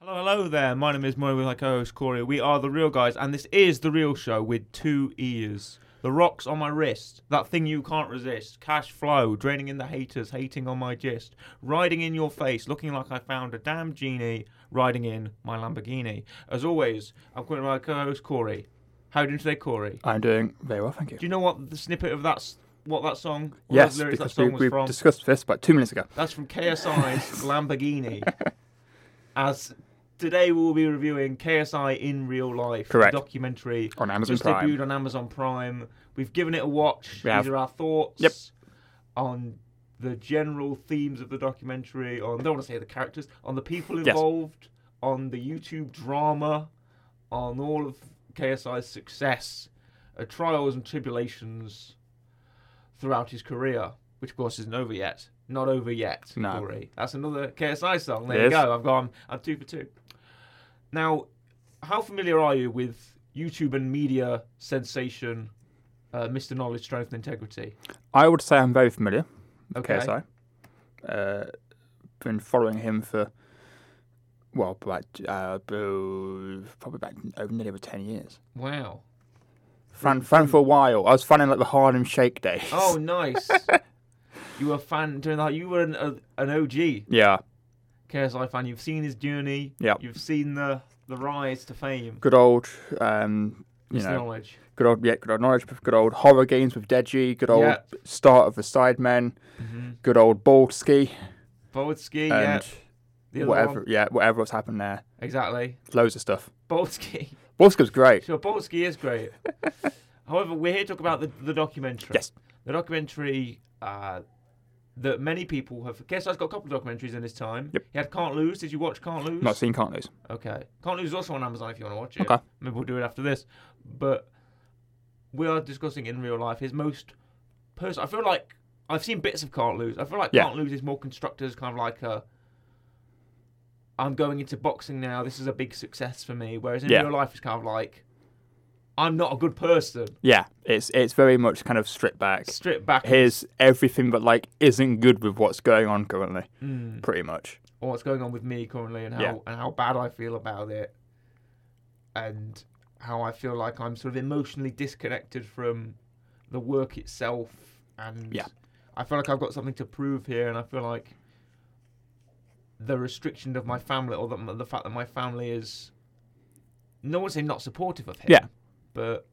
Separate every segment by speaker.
Speaker 1: Hello there, my name is Murray with my co-host Corey. We are the real guys, and this is the real show with two ears. The rocks on my wrist, that thing you can't resist. Cash flow, draining in the haters, hating on my gist. Riding in your face, looking like I found a damn genie. Riding in my Lamborghini. As always, I'm with my co-host Corey. How are you doing today, Corey?
Speaker 2: I'm doing very well, thank you.
Speaker 1: Do you know what the snippet of that s- what that song? what
Speaker 2: yes,
Speaker 1: the lyrics that
Speaker 2: because
Speaker 1: song
Speaker 2: we,
Speaker 1: was
Speaker 2: we've
Speaker 1: from?
Speaker 2: discussed this about two minutes ago.
Speaker 1: That's from KSI's Lamborghini. As today we will be reviewing KSI in real life,
Speaker 2: Correct.
Speaker 1: the documentary
Speaker 2: On Amazon
Speaker 1: just
Speaker 2: Prime.
Speaker 1: debuted on Amazon Prime. We've given it a watch.
Speaker 2: We
Speaker 1: These
Speaker 2: have.
Speaker 1: are our thoughts
Speaker 2: Yep.
Speaker 1: on the general themes of the documentary. On I don't want to say the characters, on the people
Speaker 2: Yes.
Speaker 1: involved, on the YouTube drama, on all of KSI's success, uh, trials and tribulations throughout his career, which of course isn't over yet. Not over yet,
Speaker 2: No.
Speaker 1: Corey. That's another KSI song. There
Speaker 2: It
Speaker 1: you
Speaker 2: is.
Speaker 1: go. I've gone. I'm two for two. Now, how familiar are you with YouTube and media sensation, uh, Mr. Knowledge, Strength, and Integrity?
Speaker 2: I would say I'm very familiar with
Speaker 1: Okay.
Speaker 2: KSI. Uh, been following him for, well, about, uh, boo- probably about over nearly over 10 years.
Speaker 1: Wow.
Speaker 2: Fan, fan for a while. I was fanning like the Harlem Shake days.
Speaker 1: Oh, nice. you were a fan during that. You were an, a, an OG
Speaker 2: Yeah,
Speaker 1: KSI fan. You've seen his journey.
Speaker 2: Yep.
Speaker 1: You've seen the the rise to fame.
Speaker 2: good old, um, you
Speaker 1: Mr.
Speaker 2: know,
Speaker 1: Knowledge.
Speaker 2: good old, yeah, good old knowledge, good old horror games with Deji, good old
Speaker 1: Yeah.
Speaker 2: start of the Sidemen, good old Baldsky,
Speaker 1: Boltsky.
Speaker 2: and
Speaker 1: Yeah. The other
Speaker 2: whatever,
Speaker 1: one.
Speaker 2: yeah, whatever was happened there.
Speaker 1: Exactly.
Speaker 2: Loads of stuff.
Speaker 1: Boltsky.
Speaker 2: Wolfscope's great.
Speaker 1: Sure, Polsky is great. However, we're here to talk about the, the documentary.
Speaker 2: Yes.
Speaker 1: The documentary uh, that many people have. KSI's got a couple of documentaries in his time.
Speaker 2: Yep.
Speaker 1: He had Can't Lose. Did you watch Can't Lose?
Speaker 2: Not seen, can't lose.
Speaker 1: Okay. Can't Lose is also on Amazon if you want to watch it.
Speaker 2: Okay.
Speaker 1: Maybe we'll do it after this. But we are discussing in real life his most personal. I feel like I've seen bits of Can't Lose. I feel like
Speaker 2: Yeah.
Speaker 1: Can't Lose is more constructed as kind of like a. I'm going into boxing now. This is a big success for me. Whereas in
Speaker 2: Yeah.
Speaker 1: real life, it's kind of like, I'm not a good person.
Speaker 2: Yeah, it's it's very much kind of stripped back.
Speaker 1: Strip back.
Speaker 2: Here's everything that like isn't good with what's going on currently,
Speaker 1: Mm,
Speaker 2: pretty much.
Speaker 1: or what's going on with me currently, and how
Speaker 2: Yeah.
Speaker 1: and how bad I feel about it, and how I feel like I'm sort of emotionally disconnected from the work itself, and
Speaker 2: Yeah.
Speaker 1: I feel like I've got something to prove here, and I feel like the restriction of my family, or the, the fact that my family is, no one's saying not supportive of him,
Speaker 2: Yeah.
Speaker 1: but.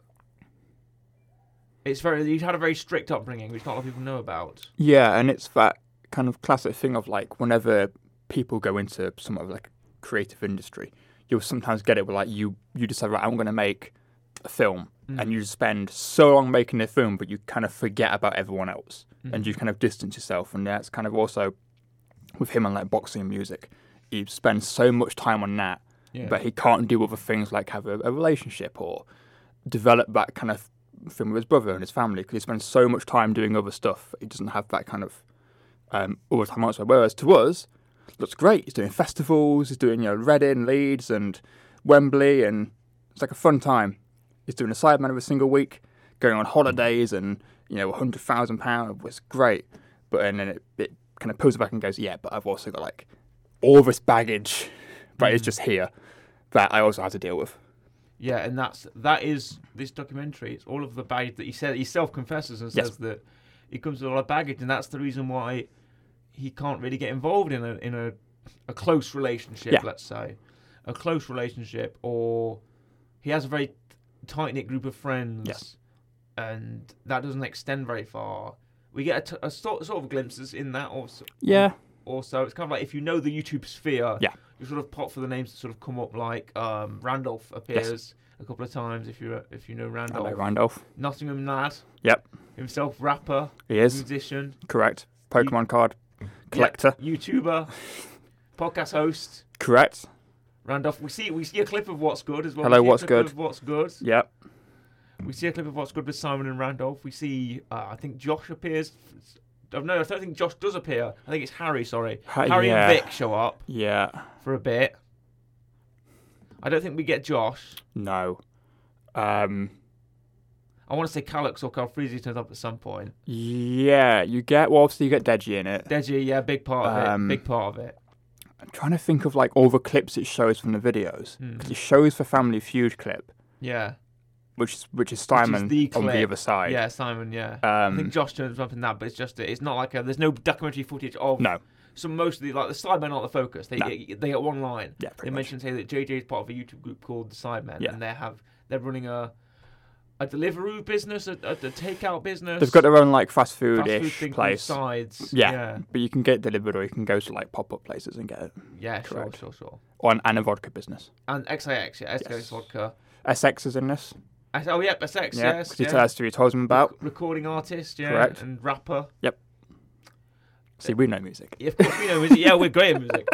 Speaker 1: It's very. He's had a very strict upbringing, which not a lot of people know about.
Speaker 2: Yeah, and it's that kind of classic thing of like whenever people go into some of like a creative industry, you'll sometimes get it where like you you decide right, I'm going to make a film, and you spend so long making the film, but you kind of forget about everyone else, and you kind of distance yourself, and that's kind of also with him and like boxing and music, he spends so much time on that
Speaker 1: Yeah.
Speaker 2: but he can't do other things like have a, a relationship or develop that kind of thing with his brother and his family because he spends so much time doing other stuff. He doesn't have that kind of um, all the time elsewhere. Whereas to us, looks great. He's doing festivals. He's doing you know Reading, Leeds, and Wembley, and it's like a fun time. He's doing a sideman every single week, going on holidays, and you know hundred thousand pound was great. But and then it, it kind of pulls it back and goes, yeah, but I've also got like all this baggage that is just here that I also had to deal with.
Speaker 1: Yeah, and that's that is this documentary. It's all of the baggage that he said. He self confesses and says
Speaker 2: Yes.
Speaker 1: that he comes with a lot of baggage, and that's the reason why he can't really get involved in a in a, a close relationship.
Speaker 2: Yeah.
Speaker 1: Let's say a close relationship, or he has a very tight knit group of friends,
Speaker 2: Yes.
Speaker 1: and that doesn't extend very far. We get a, t- a sort sort of glimpses in that, also.
Speaker 2: Yeah,
Speaker 1: Also, it's kind of like if you know the YouTube sphere,
Speaker 2: Yeah.
Speaker 1: you sort of pop for the names that sort of come up. Like um, Randolph appears a couple of times if you if you know
Speaker 2: I
Speaker 1: Randolph.
Speaker 2: know Randolph.
Speaker 1: Nottingham lad
Speaker 2: Yep,
Speaker 1: himself, rapper,
Speaker 2: he is
Speaker 1: musician,
Speaker 2: correct. Pokemon card collector,
Speaker 1: Mm. yeah, YouTuber, podcast host.
Speaker 2: correct.
Speaker 1: Randolph, we see we see a clip of what's good as well.
Speaker 2: Hello,
Speaker 1: we see a
Speaker 2: What's
Speaker 1: clip
Speaker 2: Good.
Speaker 1: Of what's good?
Speaker 2: Yep,
Speaker 1: We see a clip of what's good with Simon and Randolph. We see, uh, I think Josh appears. Oh, No, I don't think Josh does appear. I think it's Harry. Sorry,
Speaker 2: Ha-
Speaker 1: Harry
Speaker 2: Uh, yeah.
Speaker 1: and Vic show up.
Speaker 2: yeah.
Speaker 1: for a bit. I don't think we get Josh.
Speaker 2: No, um,
Speaker 1: I want to say Calix or Calfreezy turns up at some point.
Speaker 2: yeah. You get well, obviously you get Deji in it.
Speaker 1: Deji, yeah, big part of
Speaker 2: Um,
Speaker 1: it. Big part of it.
Speaker 2: I'm trying to think of like all the clips it shows from the videos.
Speaker 1: Mm.
Speaker 2: 'Cause It shows the Family Feud clip,
Speaker 1: Yeah.
Speaker 2: which is which is Simon
Speaker 1: the
Speaker 2: on the
Speaker 1: clip.
Speaker 2: other side.
Speaker 1: Yeah, Simon, yeah. I
Speaker 2: Um,
Speaker 1: think Josh turns up in that, but it's just it's not like a, there's no documentary footage of.
Speaker 2: no.
Speaker 1: So most of the like the Sidemen aren't the focus. They
Speaker 2: No.
Speaker 1: get, they get one line.
Speaker 2: Yeah.
Speaker 1: They
Speaker 2: Pretty much.
Speaker 1: mentioned say that JJ is part of a YouTube group called the Sidemen,
Speaker 2: Yeah.
Speaker 1: and they have they're running a a delivery business, a, a, a takeout business.
Speaker 2: They've got their own like fast
Speaker 1: fast
Speaker 2: food
Speaker 1: food
Speaker 2: ish
Speaker 1: thing called
Speaker 2: place.
Speaker 1: Sides.
Speaker 2: Yeah.
Speaker 1: yeah,
Speaker 2: But you can get it delivered or you can go to like pop up places and get it.
Speaker 1: yeah sure,
Speaker 2: Correct.
Speaker 1: sure, sure.
Speaker 2: Or an, and a vodka business.
Speaker 1: And XIX, yeah, SKS
Speaker 2: Yes.
Speaker 1: vodka.
Speaker 2: SX is in this.
Speaker 1: I said, oh yep, SX,
Speaker 2: Yeah.
Speaker 1: yes,
Speaker 2: Because he
Speaker 1: yeah.
Speaker 2: tells us who he told him about.
Speaker 1: recording artist, yeah,
Speaker 2: Correct.
Speaker 1: and rapper.
Speaker 2: See, we know music.
Speaker 1: Yeah, of course, we know music. Yeah, we're great at music.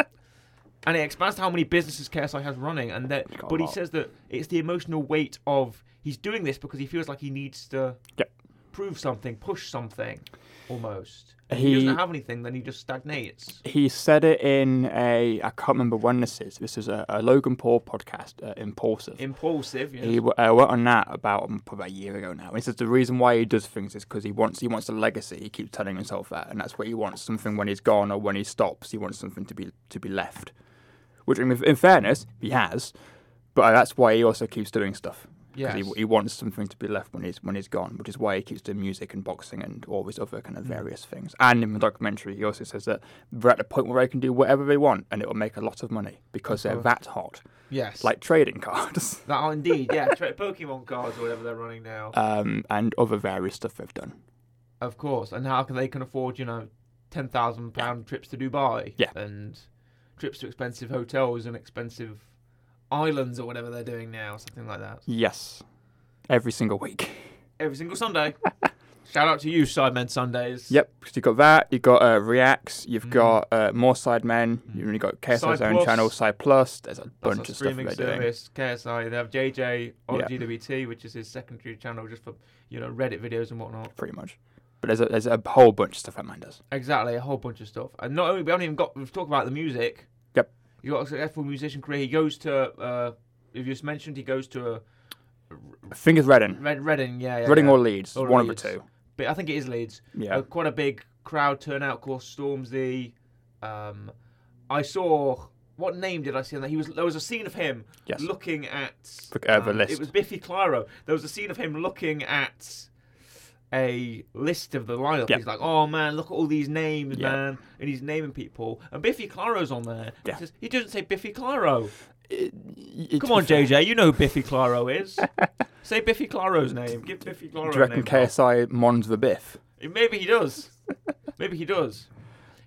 Speaker 1: And it expands to how many businesses KSI has running, and that.
Speaker 2: It's got a
Speaker 1: But he
Speaker 2: lot.
Speaker 1: says that it's the emotional weight of he's doing this because he feels like he needs to
Speaker 2: Yep.
Speaker 1: prove something, push something, almost. If he,
Speaker 2: He-
Speaker 1: doesn't have anything, then he just stagnates.
Speaker 2: He said it in a, I can't remember when this is. This is a, a Logan Paul podcast, uh, Impulsive.
Speaker 1: Impulsive. Yes.
Speaker 2: He w- uh, went on that about um, probably a year ago now. And he says the reason why he does things is because he wants he wants a legacy. He keeps telling himself that, and that's what he wants. Something when he's gone or when he stops, he wants something to be to be left. Which, I mean, in fairness, he has, but uh, that's why he also keeps doing stuff. 'Cause
Speaker 1: Yes.
Speaker 2: He, he wants something to be left when he's when he's gone, which is why he keeps doing music and boxing and all these other
Speaker 1: Mm.
Speaker 2: kind of various things. And in the documentary, he also says that they're at the point where they can do whatever they want, and it will make a lot of money because they're
Speaker 1: course.
Speaker 2: that hot,
Speaker 1: yes.
Speaker 2: like trading cards.
Speaker 1: that. Are indeed. Yeah. Tra- Pokemon cards or whatever they're running now.
Speaker 2: um, and other various stuff they've done.
Speaker 1: Of course, and how can they can afford you know ten thousand pound trips to Dubai?
Speaker 2: Yeah.
Speaker 1: and trips to expensive hotels and expensive islands or whatever they're doing now, something like that.
Speaker 2: Yes, every single week.
Speaker 1: Every single Sunday. Shout out to you, Sidemen Sundays.
Speaker 2: Yep, because you've got that, you've got uh, Reacts, you've
Speaker 1: Mhm.
Speaker 2: got uh, More Side Men, you've only got
Speaker 1: Mm.
Speaker 2: KSI's
Speaker 1: Side
Speaker 2: own
Speaker 1: Plus.
Speaker 2: channel, Side Plus, there's a
Speaker 1: That's
Speaker 2: bunch
Speaker 1: our
Speaker 2: of stuff
Speaker 1: streaming
Speaker 2: they're doing.
Speaker 1: service, KSI. They have JJ on
Speaker 2: Yeah.
Speaker 1: GWT, which is his secondary channel just for you know Reddit videos and whatnot.
Speaker 2: Pretty much. But there's a, there's a whole bunch of stuff that man does.
Speaker 1: Exactly, a whole bunch of stuff. And not only we haven't even got we've talked about the music.
Speaker 2: Yep.
Speaker 1: You got a successful musician career. He goes to uh, if you just mentioned he goes to a
Speaker 2: I think it's Reading.
Speaker 1: Red Reading, yeah, yeah.
Speaker 2: Reading
Speaker 1: yeah. Oh,
Speaker 2: or Leeds,
Speaker 1: Or
Speaker 2: one
Speaker 1: Leeds.
Speaker 2: of the two.
Speaker 1: but I think it is Leeds.
Speaker 2: Yeah.
Speaker 1: Uh, quite a big crowd turnout. Of course, Stormzy. Um, I saw what name did I see on that? He was there was a scene of him
Speaker 2: Yes.
Speaker 1: looking at
Speaker 2: Look over
Speaker 1: um, It
Speaker 2: list.
Speaker 1: was Biffy Clyro. There was a scene of him looking at a list of the lineup.
Speaker 2: Yeah.
Speaker 1: He's like, "Oh man, look at all these names,
Speaker 2: Yeah.
Speaker 1: man!" And he's naming people. And Biffy Clyro's on there.
Speaker 2: Yeah.
Speaker 1: He, says, he doesn't say Biffy Clyro.
Speaker 2: It- it-
Speaker 1: Come on,
Speaker 2: do you
Speaker 1: JJ, you know who Biffy Clyro is. say Biffy Clyro's name. Give Biffy Clyro. a
Speaker 2: reckon
Speaker 1: name,
Speaker 2: KSI mons the biff?
Speaker 1: Maybe he does. Maybe he does.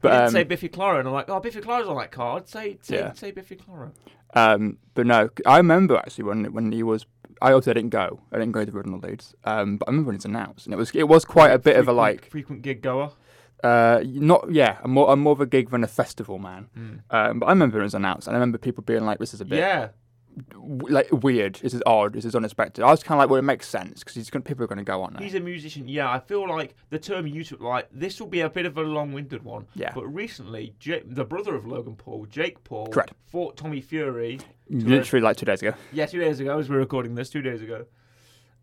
Speaker 2: But,
Speaker 1: But, he didn't
Speaker 2: um,
Speaker 1: say Biffy Clara, and I'm like, oh, Biffy Clara's on that card. Say, say,
Speaker 2: Yeah.
Speaker 1: say Biffy Clara.
Speaker 2: Um, but no, I remember actually when when he was. I obviously didn't go. I didn't go to Reading or Leeds. Um, but I remember when it was announced, and it was it was quite a bit of a
Speaker 1: Frequent-
Speaker 2: like
Speaker 1: frequent gig goer.
Speaker 2: uh, not yeah, I'm more, I'm more of a gig than a festival man.
Speaker 1: Mm.
Speaker 2: Um, but I remember when it was announced, and I remember people being like, "This is a bit
Speaker 1: Yeah,
Speaker 2: w- like weird. This is odd. This is unexpected." I was kind of like, "Well, it makes sense because he's gonna, people are going to go on there."
Speaker 1: he's a musician. Yeah, I feel like the term you took, like this will be a bit of a long-winded one.
Speaker 2: Yeah.
Speaker 1: But recently, J- the brother of Logan Paul, Jake Paul,
Speaker 2: Correct.
Speaker 1: fought Tommy Fury.
Speaker 2: Literally like two days ago.
Speaker 1: Yeah, two days ago, as we we're recording this, two days ago.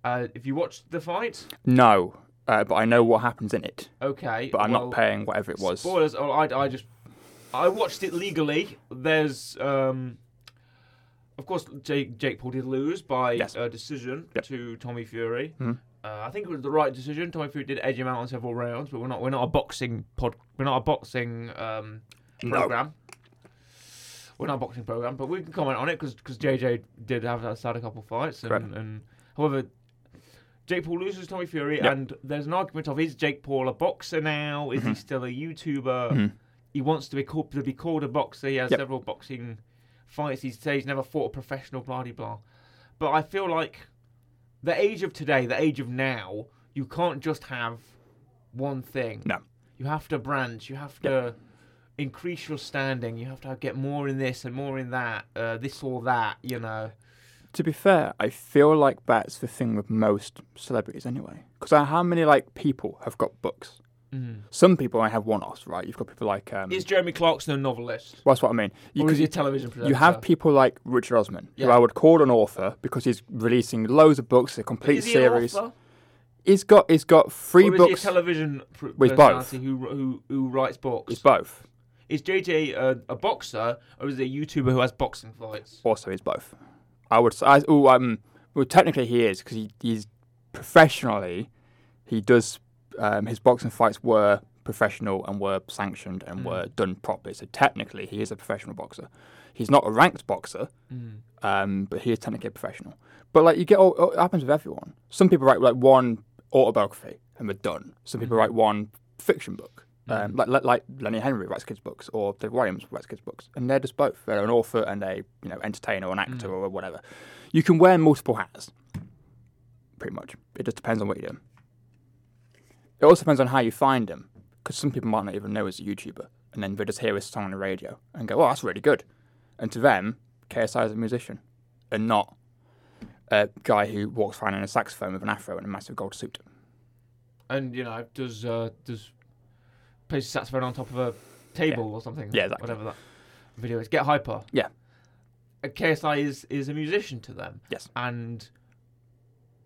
Speaker 1: Uh, if you watched the fight,
Speaker 2: No, uh, but I know what happens in it.
Speaker 1: okay.
Speaker 2: But I'm
Speaker 1: well,
Speaker 2: not paying whatever it was.
Speaker 1: Spoilers. Oh, I, I just I watched it legally. There's um, of course Jake Jake Paul did lose by
Speaker 2: Yes.
Speaker 1: uh, decision
Speaker 2: Yep.
Speaker 1: to Tommy Fury.
Speaker 2: Mhm.
Speaker 1: Uh, I think it was the right decision. Tommy Fury did edge him out on several rounds, but we're not we're not a boxing pod. We're not a boxing um
Speaker 2: No.
Speaker 1: program. We're not a boxing program, but we can comment on it because JJ did have that had a couple fights
Speaker 2: Correct.
Speaker 1: and, and however. Jake Paul loses to Tommy Fury,
Speaker 2: Yep.
Speaker 1: and there's an argument of is Jake Paul a boxer now? Is
Speaker 2: Mm-hmm.
Speaker 1: he still a YouTuber?
Speaker 2: Mhm.
Speaker 1: he wants to be called to be called a boxer. He has
Speaker 2: Yep.
Speaker 1: several boxing fights. He says he's never fought a professional, blah de blah. But I feel like the age of today, the age of now, you can't just have one thing.
Speaker 2: No.
Speaker 1: You have to branch. You have to increase your standing. You have to get more in this and more in that, uh, this or that. You know.
Speaker 2: To be fair, I feel like that's the thing with most celebrities anyway. Because how many like people have got books?
Speaker 1: Mm.
Speaker 2: Some people only have one-offs, right? You've got people like um,
Speaker 1: Is Jeremy Clarkson a novelist?
Speaker 2: well, that's what I mean. You,
Speaker 1: Or is
Speaker 2: 'cause
Speaker 1: he a
Speaker 2: you,
Speaker 1: television presenter?
Speaker 2: you have people like Richard Osman, who
Speaker 1: uh, Yeah.
Speaker 2: I would call an author because he's releasing loads of books, a complete
Speaker 1: Is he an
Speaker 2: series.
Speaker 1: author?
Speaker 2: He's got he's got
Speaker 1: Or
Speaker 2: three
Speaker 1: is he a
Speaker 2: books.
Speaker 1: television pr-
Speaker 2: Well, he's both.
Speaker 1: personality who, who who writes books?
Speaker 2: It's both.
Speaker 1: Is JJ a, a boxer or is he a YouTuber who has boxing fights?
Speaker 2: Also, he's both. I would say, oh, um, well, technically he is because he, he's professionally, he does, um, his boxing fights were professional and were sanctioned and
Speaker 1: Mm.
Speaker 2: were done properly. So technically, he is a professional boxer. He's not a ranked boxer, um, but he is technically a professional. But like you get, all, it happens with everyone. Some people write like one autobiography and they're done. Some people
Speaker 1: Mhm.
Speaker 2: write one fiction book, um,
Speaker 1: Mhm.
Speaker 2: like, like like Lenny Henry writes kids books or Dave Williams writes kids books, and they're just both. They're an author and a you know entertainer or an actor or whatever. You can wear multiple hats, pretty much. It just depends on what you do. It also depends on how you find them, because some people might not even know he's a YouTuber, and then they just hear his song on the radio and go, "Oh, that's really good," and to them, KSI is a musician and not a guy who walks around in a saxophone with an afro and a massive gold suit.
Speaker 1: And you know, does uh, does plays saxophone on top of a table or something?
Speaker 2: Yeah, exactly.
Speaker 1: Whatever that video is. Get hyper.
Speaker 2: Yeah.
Speaker 1: Uh, KSI is is a musician to them.
Speaker 2: Yes.
Speaker 1: And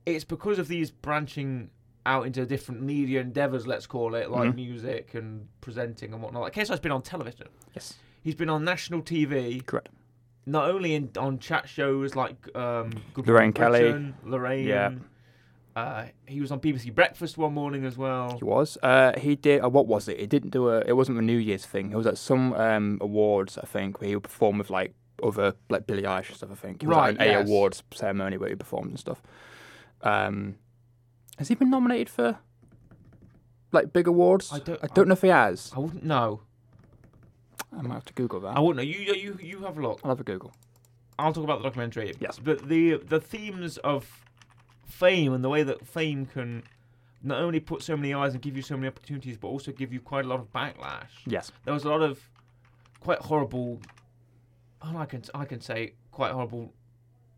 Speaker 1: it's because of these branching out into different media endeavors, let's call it, like
Speaker 2: Mhm.
Speaker 1: music and presenting and whatnot. Like KSI's been on television.
Speaker 2: Yes,
Speaker 1: He's been on national TV.
Speaker 2: correct.
Speaker 1: not only in on chat shows like um, Good
Speaker 2: Lorraine
Speaker 1: Morning
Speaker 2: Kelly.
Speaker 1: Britain, Lorraine.
Speaker 2: Yeah.
Speaker 1: Uh, he was on BBC Breakfast one morning as well.
Speaker 2: He was. Uh, he did. Uh, what was it? He didn't do a. It wasn't the New Year's thing. It was at some um, awards, I think, where he would perform with like other like Billy Eilish and stuff. I think it was
Speaker 1: Right,
Speaker 2: at an
Speaker 1: yes.
Speaker 2: A awards ceremony where he performed and stuff. Um, has he been nominated for like big awards?
Speaker 1: I don't-
Speaker 2: I don't know if he has.
Speaker 1: I wouldn't know.
Speaker 2: I might have to Google that.
Speaker 1: I wouldn't know. You you you have a look.
Speaker 2: I'll have a Google.
Speaker 1: I'll talk about the documentary.
Speaker 2: Yes.
Speaker 1: But the the themes of fame and the way that fame can not only put so many eyes and give you so many opportunities, but also give you quite a lot of backlash.
Speaker 2: Yes.
Speaker 1: There was a lot of quite horrible, and I can I can say quite horrible,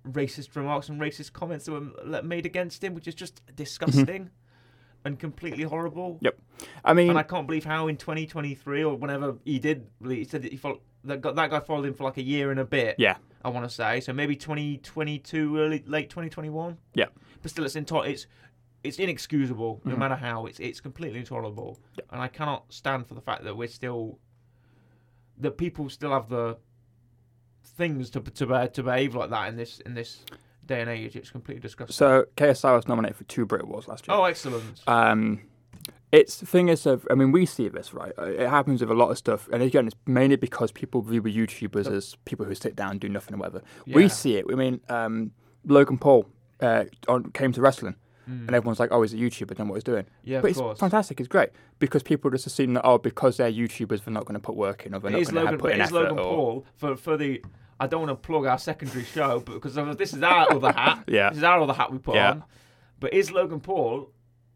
Speaker 1: racist remarks and racist comments that were le- made against him, which is just disgusting and completely horrible.
Speaker 2: I mean,
Speaker 1: And I can't believe how in 2023 or whenever he did, he said that he followed, that, got, that guy followed him for like a year and a bit.
Speaker 2: yeah.
Speaker 1: I want to say. So maybe 2022, early late 2021.
Speaker 2: Yeah.
Speaker 1: But still, it's into- it's it's inexcusable, no
Speaker 2: Mhm.
Speaker 1: matter how. It's it's completely intolerable,
Speaker 2: Yeah.
Speaker 1: and I cannot stand for the fact that we're still that people still have the things to to, be- to behave like that in this in this day and age. It's completely disgusting.
Speaker 2: So KSI was nominated for two Brit Awards last year.
Speaker 1: oh, excellent.
Speaker 2: Um, it's the thing is, of- I mean, we see this, right? Uh, It happens with a lot of stuff, and again, it's mainly because people view YouTubers as people who sit down and do nothing or whatever.
Speaker 1: Yeah.
Speaker 2: We see it. I mean, um, Logan Paul uh, on, came to wrestling,
Speaker 1: Mm.
Speaker 2: and everyone's like, "Oh, he's a YouTuber, don't know what he's doing."
Speaker 1: yeah,
Speaker 2: but
Speaker 1: of
Speaker 2: it's
Speaker 1: course.
Speaker 2: fantastic. It's great because people just assume that oh, because they're YouTubers, they're not going to put work in, or they're
Speaker 1: It is
Speaker 2: not going
Speaker 1: Logan,
Speaker 2: to put
Speaker 1: it
Speaker 2: in
Speaker 1: is
Speaker 2: effort.
Speaker 1: Logan
Speaker 2: or-
Speaker 1: Paul for for the. I don't want to plug our secondary show, but because of- this is our other hat.
Speaker 2: Yeah.
Speaker 1: This is our other hat we put
Speaker 2: Yeah.
Speaker 1: on. But is Logan Paul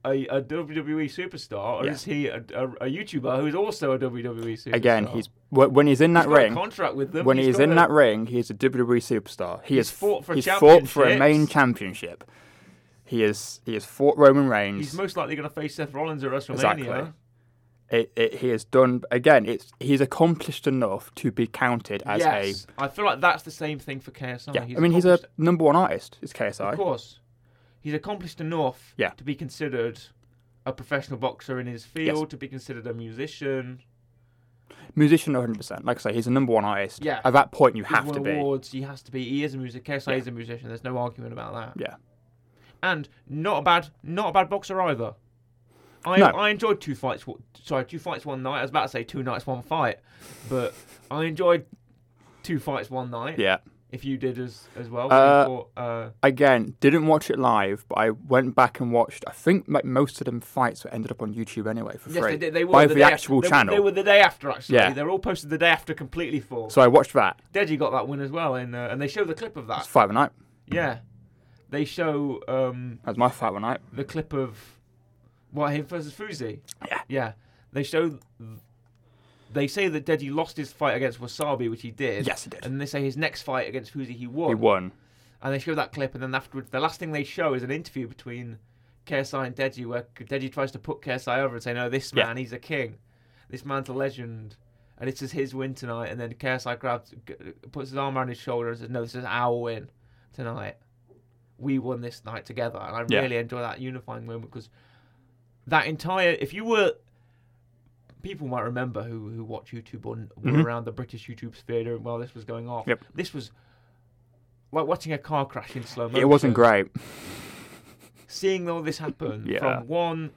Speaker 1: a, a WWE superstar, or
Speaker 2: Yeah.
Speaker 1: is he a, a, a YouTuber who is also a WWE superstar?
Speaker 2: Again, he's wh- when he's in that
Speaker 1: He's got
Speaker 2: ring.
Speaker 1: a contract with them.
Speaker 2: when he's,
Speaker 1: got
Speaker 2: in
Speaker 1: a-
Speaker 2: that ring, he is a WWE superstar. He
Speaker 1: He's
Speaker 2: has
Speaker 1: fought for
Speaker 2: he's fought for a main
Speaker 1: championships.
Speaker 2: championship. He is he has fought Roman Reigns.
Speaker 1: he's most likely going to face Seth Rollins at WrestleMania.
Speaker 2: Exactly. it, it, he has done again. It's he's accomplished enough to be counted as
Speaker 1: yes, I feel like that's the same thing for KSI.
Speaker 2: a. Yeah, I mean he's a
Speaker 1: accomplished-
Speaker 2: number one artist. It's
Speaker 1: of
Speaker 2: KSI.
Speaker 1: course, he's accomplished enough
Speaker 2: Yeah.
Speaker 1: to be considered a professional boxer in his field, to be considered a musician.
Speaker 2: Musician, one hundred percent. Like I say, he's a number one artist.
Speaker 1: Yeah.
Speaker 2: At that point, you
Speaker 1: He's
Speaker 2: have to
Speaker 1: won
Speaker 2: be.
Speaker 1: awards. He has to be. He is a musician. KSI
Speaker 2: Yeah.
Speaker 1: is a musician. There's no argument about that.
Speaker 2: Yeah.
Speaker 1: and not a bad, not a bad boxer either. I
Speaker 2: No.
Speaker 1: I enjoyed two fights. w- Sorry, two fights one night. I was about to say two nights one fight, but I enjoyed two fights one night.
Speaker 2: Yeah.
Speaker 1: If you did as as well,
Speaker 2: Uh,
Speaker 1: Or, uh,
Speaker 2: Again, didn't watch it live, but I went back and watched. I think like most of them fights were ended up on YouTube anyway for
Speaker 1: yes,
Speaker 2: free
Speaker 1: they, did- they were
Speaker 2: by
Speaker 1: the
Speaker 2: the,
Speaker 1: day after-
Speaker 2: actual
Speaker 1: they-
Speaker 2: channel.
Speaker 1: They were the day after actually.
Speaker 2: Yeah.
Speaker 1: they were all posted the day after completely full.
Speaker 2: So I watched that.
Speaker 1: Deji got that win as well, and uh, and they show the clip of
Speaker 2: It's
Speaker 1: that.
Speaker 2: five a night.
Speaker 1: Yeah, they show um,
Speaker 2: That was my fight one night.
Speaker 1: the clip of what him versus Fuzi.
Speaker 2: Yeah.
Speaker 1: Yeah. They show they say that Deji lost his fight against Wasabi, which he did.
Speaker 2: Yes, he did.
Speaker 1: And they say his next fight against Fuzi he won.
Speaker 2: He won.
Speaker 1: And they show that clip and then afterwards the last thing they show is an interview between KSI and Deji where Deji tries to put KSI over and say, No, this
Speaker 2: Yeah.
Speaker 1: man, he's a king. This man's a legend. And this is his win tonight. And then KSI grabs, g- puts his arm around his shoulder and says, No, this is our win tonight. We won this night together. And I
Speaker 2: Yeah.
Speaker 1: really enjoy that unifying moment because that entire, if you were people might remember who who watch YouTube or were
Speaker 2: Mhm.
Speaker 1: around the British YouTube theater while this was going off.
Speaker 2: Yep.
Speaker 1: This was like watching a car crash in slow motion.
Speaker 2: It wasn't great.
Speaker 1: Seeing all this happen
Speaker 2: Yeah.
Speaker 1: from one.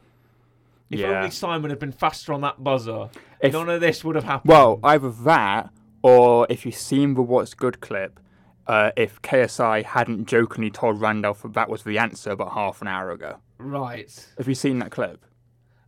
Speaker 1: If
Speaker 2: Yeah.
Speaker 1: only Simon had been faster on that buzzer,
Speaker 2: If-
Speaker 1: none of this would have happened.
Speaker 2: Well, either that, or if you've seen the What's Good clip, uh, if KSI hadn't jokingly told Randolph that that was the answer about half an hour ago.
Speaker 1: right.
Speaker 2: Have you seen that clip?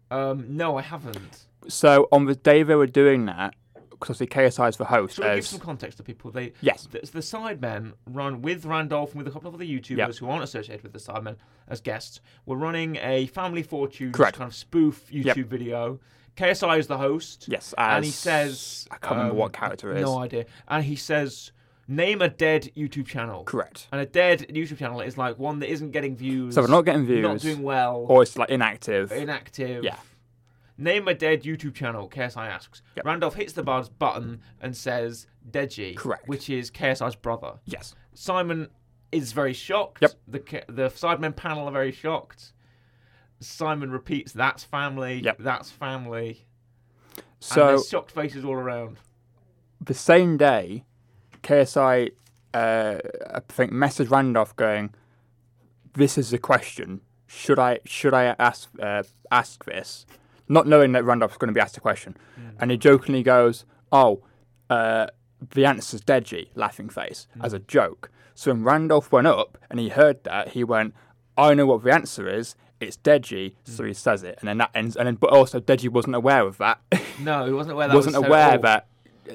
Speaker 1: Um, no, I haven't.
Speaker 2: So on the day they were doing that, because obviously KSI is the host.
Speaker 1: Should we give
Speaker 2: As,
Speaker 1: some context to people? They
Speaker 2: yes.
Speaker 1: the, the Sidemen run with Randolph and with a couple of other YouTubers
Speaker 2: Yep.
Speaker 1: who aren't associated with the Sidemen as guests. We're running a Family Fortune
Speaker 2: Correct.
Speaker 1: kind of spoof YouTube
Speaker 2: Yep.
Speaker 1: video. KSI is the host,
Speaker 2: Yes.
Speaker 1: and he
Speaker 2: as-
Speaker 1: says,
Speaker 2: I can't remember
Speaker 1: um,
Speaker 2: what character it is.
Speaker 1: No idea. And he says, "Name a dead YouTube channel."
Speaker 2: Correct.
Speaker 1: And a dead YouTube channel is like one that isn't getting views,
Speaker 2: So they're not getting
Speaker 1: not
Speaker 2: views,
Speaker 1: doing well,
Speaker 2: or it's like inactive.
Speaker 1: inactive.
Speaker 2: Yeah.
Speaker 1: Name a dead YouTube channel, KSI asks.
Speaker 2: Yep.
Speaker 1: Randolph hits the buzz button and says, Deji.
Speaker 2: Correct.
Speaker 1: Which is KSI's brother.
Speaker 2: yes.
Speaker 1: Simon is very shocked.
Speaker 2: Yep.
Speaker 1: The ca- the Sidemen panel are very shocked. Simon repeats, "That's family.
Speaker 2: Yep.
Speaker 1: That's family." and
Speaker 2: So
Speaker 1: there's shocked faces all around.
Speaker 2: the same day, KSI, uh, I think, messaged Randolph going, "This is the question. Should I should I ask uh, ask this?" Not knowing that Randolph's going to be asked the question, and he jokingly goes, "Oh, uh, the answer's Deji." Laughing face as a joke. So when Randolph went up and he heard that, he went, "I know what the answer is." It's Deji, so he says it, and then that ends. And then, but also Deji wasn't aware of that.
Speaker 1: No, he wasn't aware that
Speaker 2: wasn't
Speaker 1: was so-
Speaker 2: aware
Speaker 1: oh.
Speaker 2: that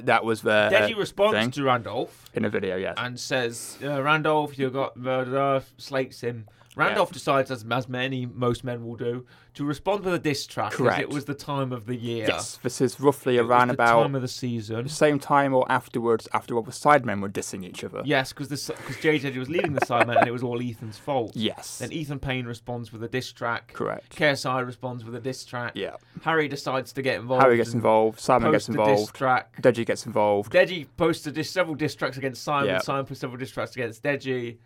Speaker 2: that was the uh,
Speaker 1: Deji responds
Speaker 2: thing.
Speaker 1: to Randolph
Speaker 2: in a video. Yes,
Speaker 1: and says, uh, "Randolph, you got murder." Slates him. Randolph decides, as, as many most men will do, to respond with a diss track because it
Speaker 2: Correct.
Speaker 1: was the time of the year.
Speaker 2: yes. This is roughly
Speaker 1: It was
Speaker 2: around
Speaker 1: the
Speaker 2: about
Speaker 1: time of the season.
Speaker 2: the same time or afterwards, after all the sidemen were dissing each other.
Speaker 1: Yes, because because JJ was leading the Sidemen and it was all Ethan's fault.
Speaker 2: Yes,
Speaker 1: Then Ethan Payne responds with a diss track.
Speaker 2: correct.
Speaker 1: KSI responds with a diss track.
Speaker 2: Yeah,
Speaker 1: Harry decides to get involved.
Speaker 2: Harry gets
Speaker 1: and
Speaker 2: involved. Simon
Speaker 1: posts
Speaker 2: gets
Speaker 1: A diss
Speaker 2: involved.
Speaker 1: track.
Speaker 2: Deji gets involved,
Speaker 1: Deji posts a dis- several diss tracks against Simon.
Speaker 2: Yeah.
Speaker 1: Simon posts several diss tracks against Deji.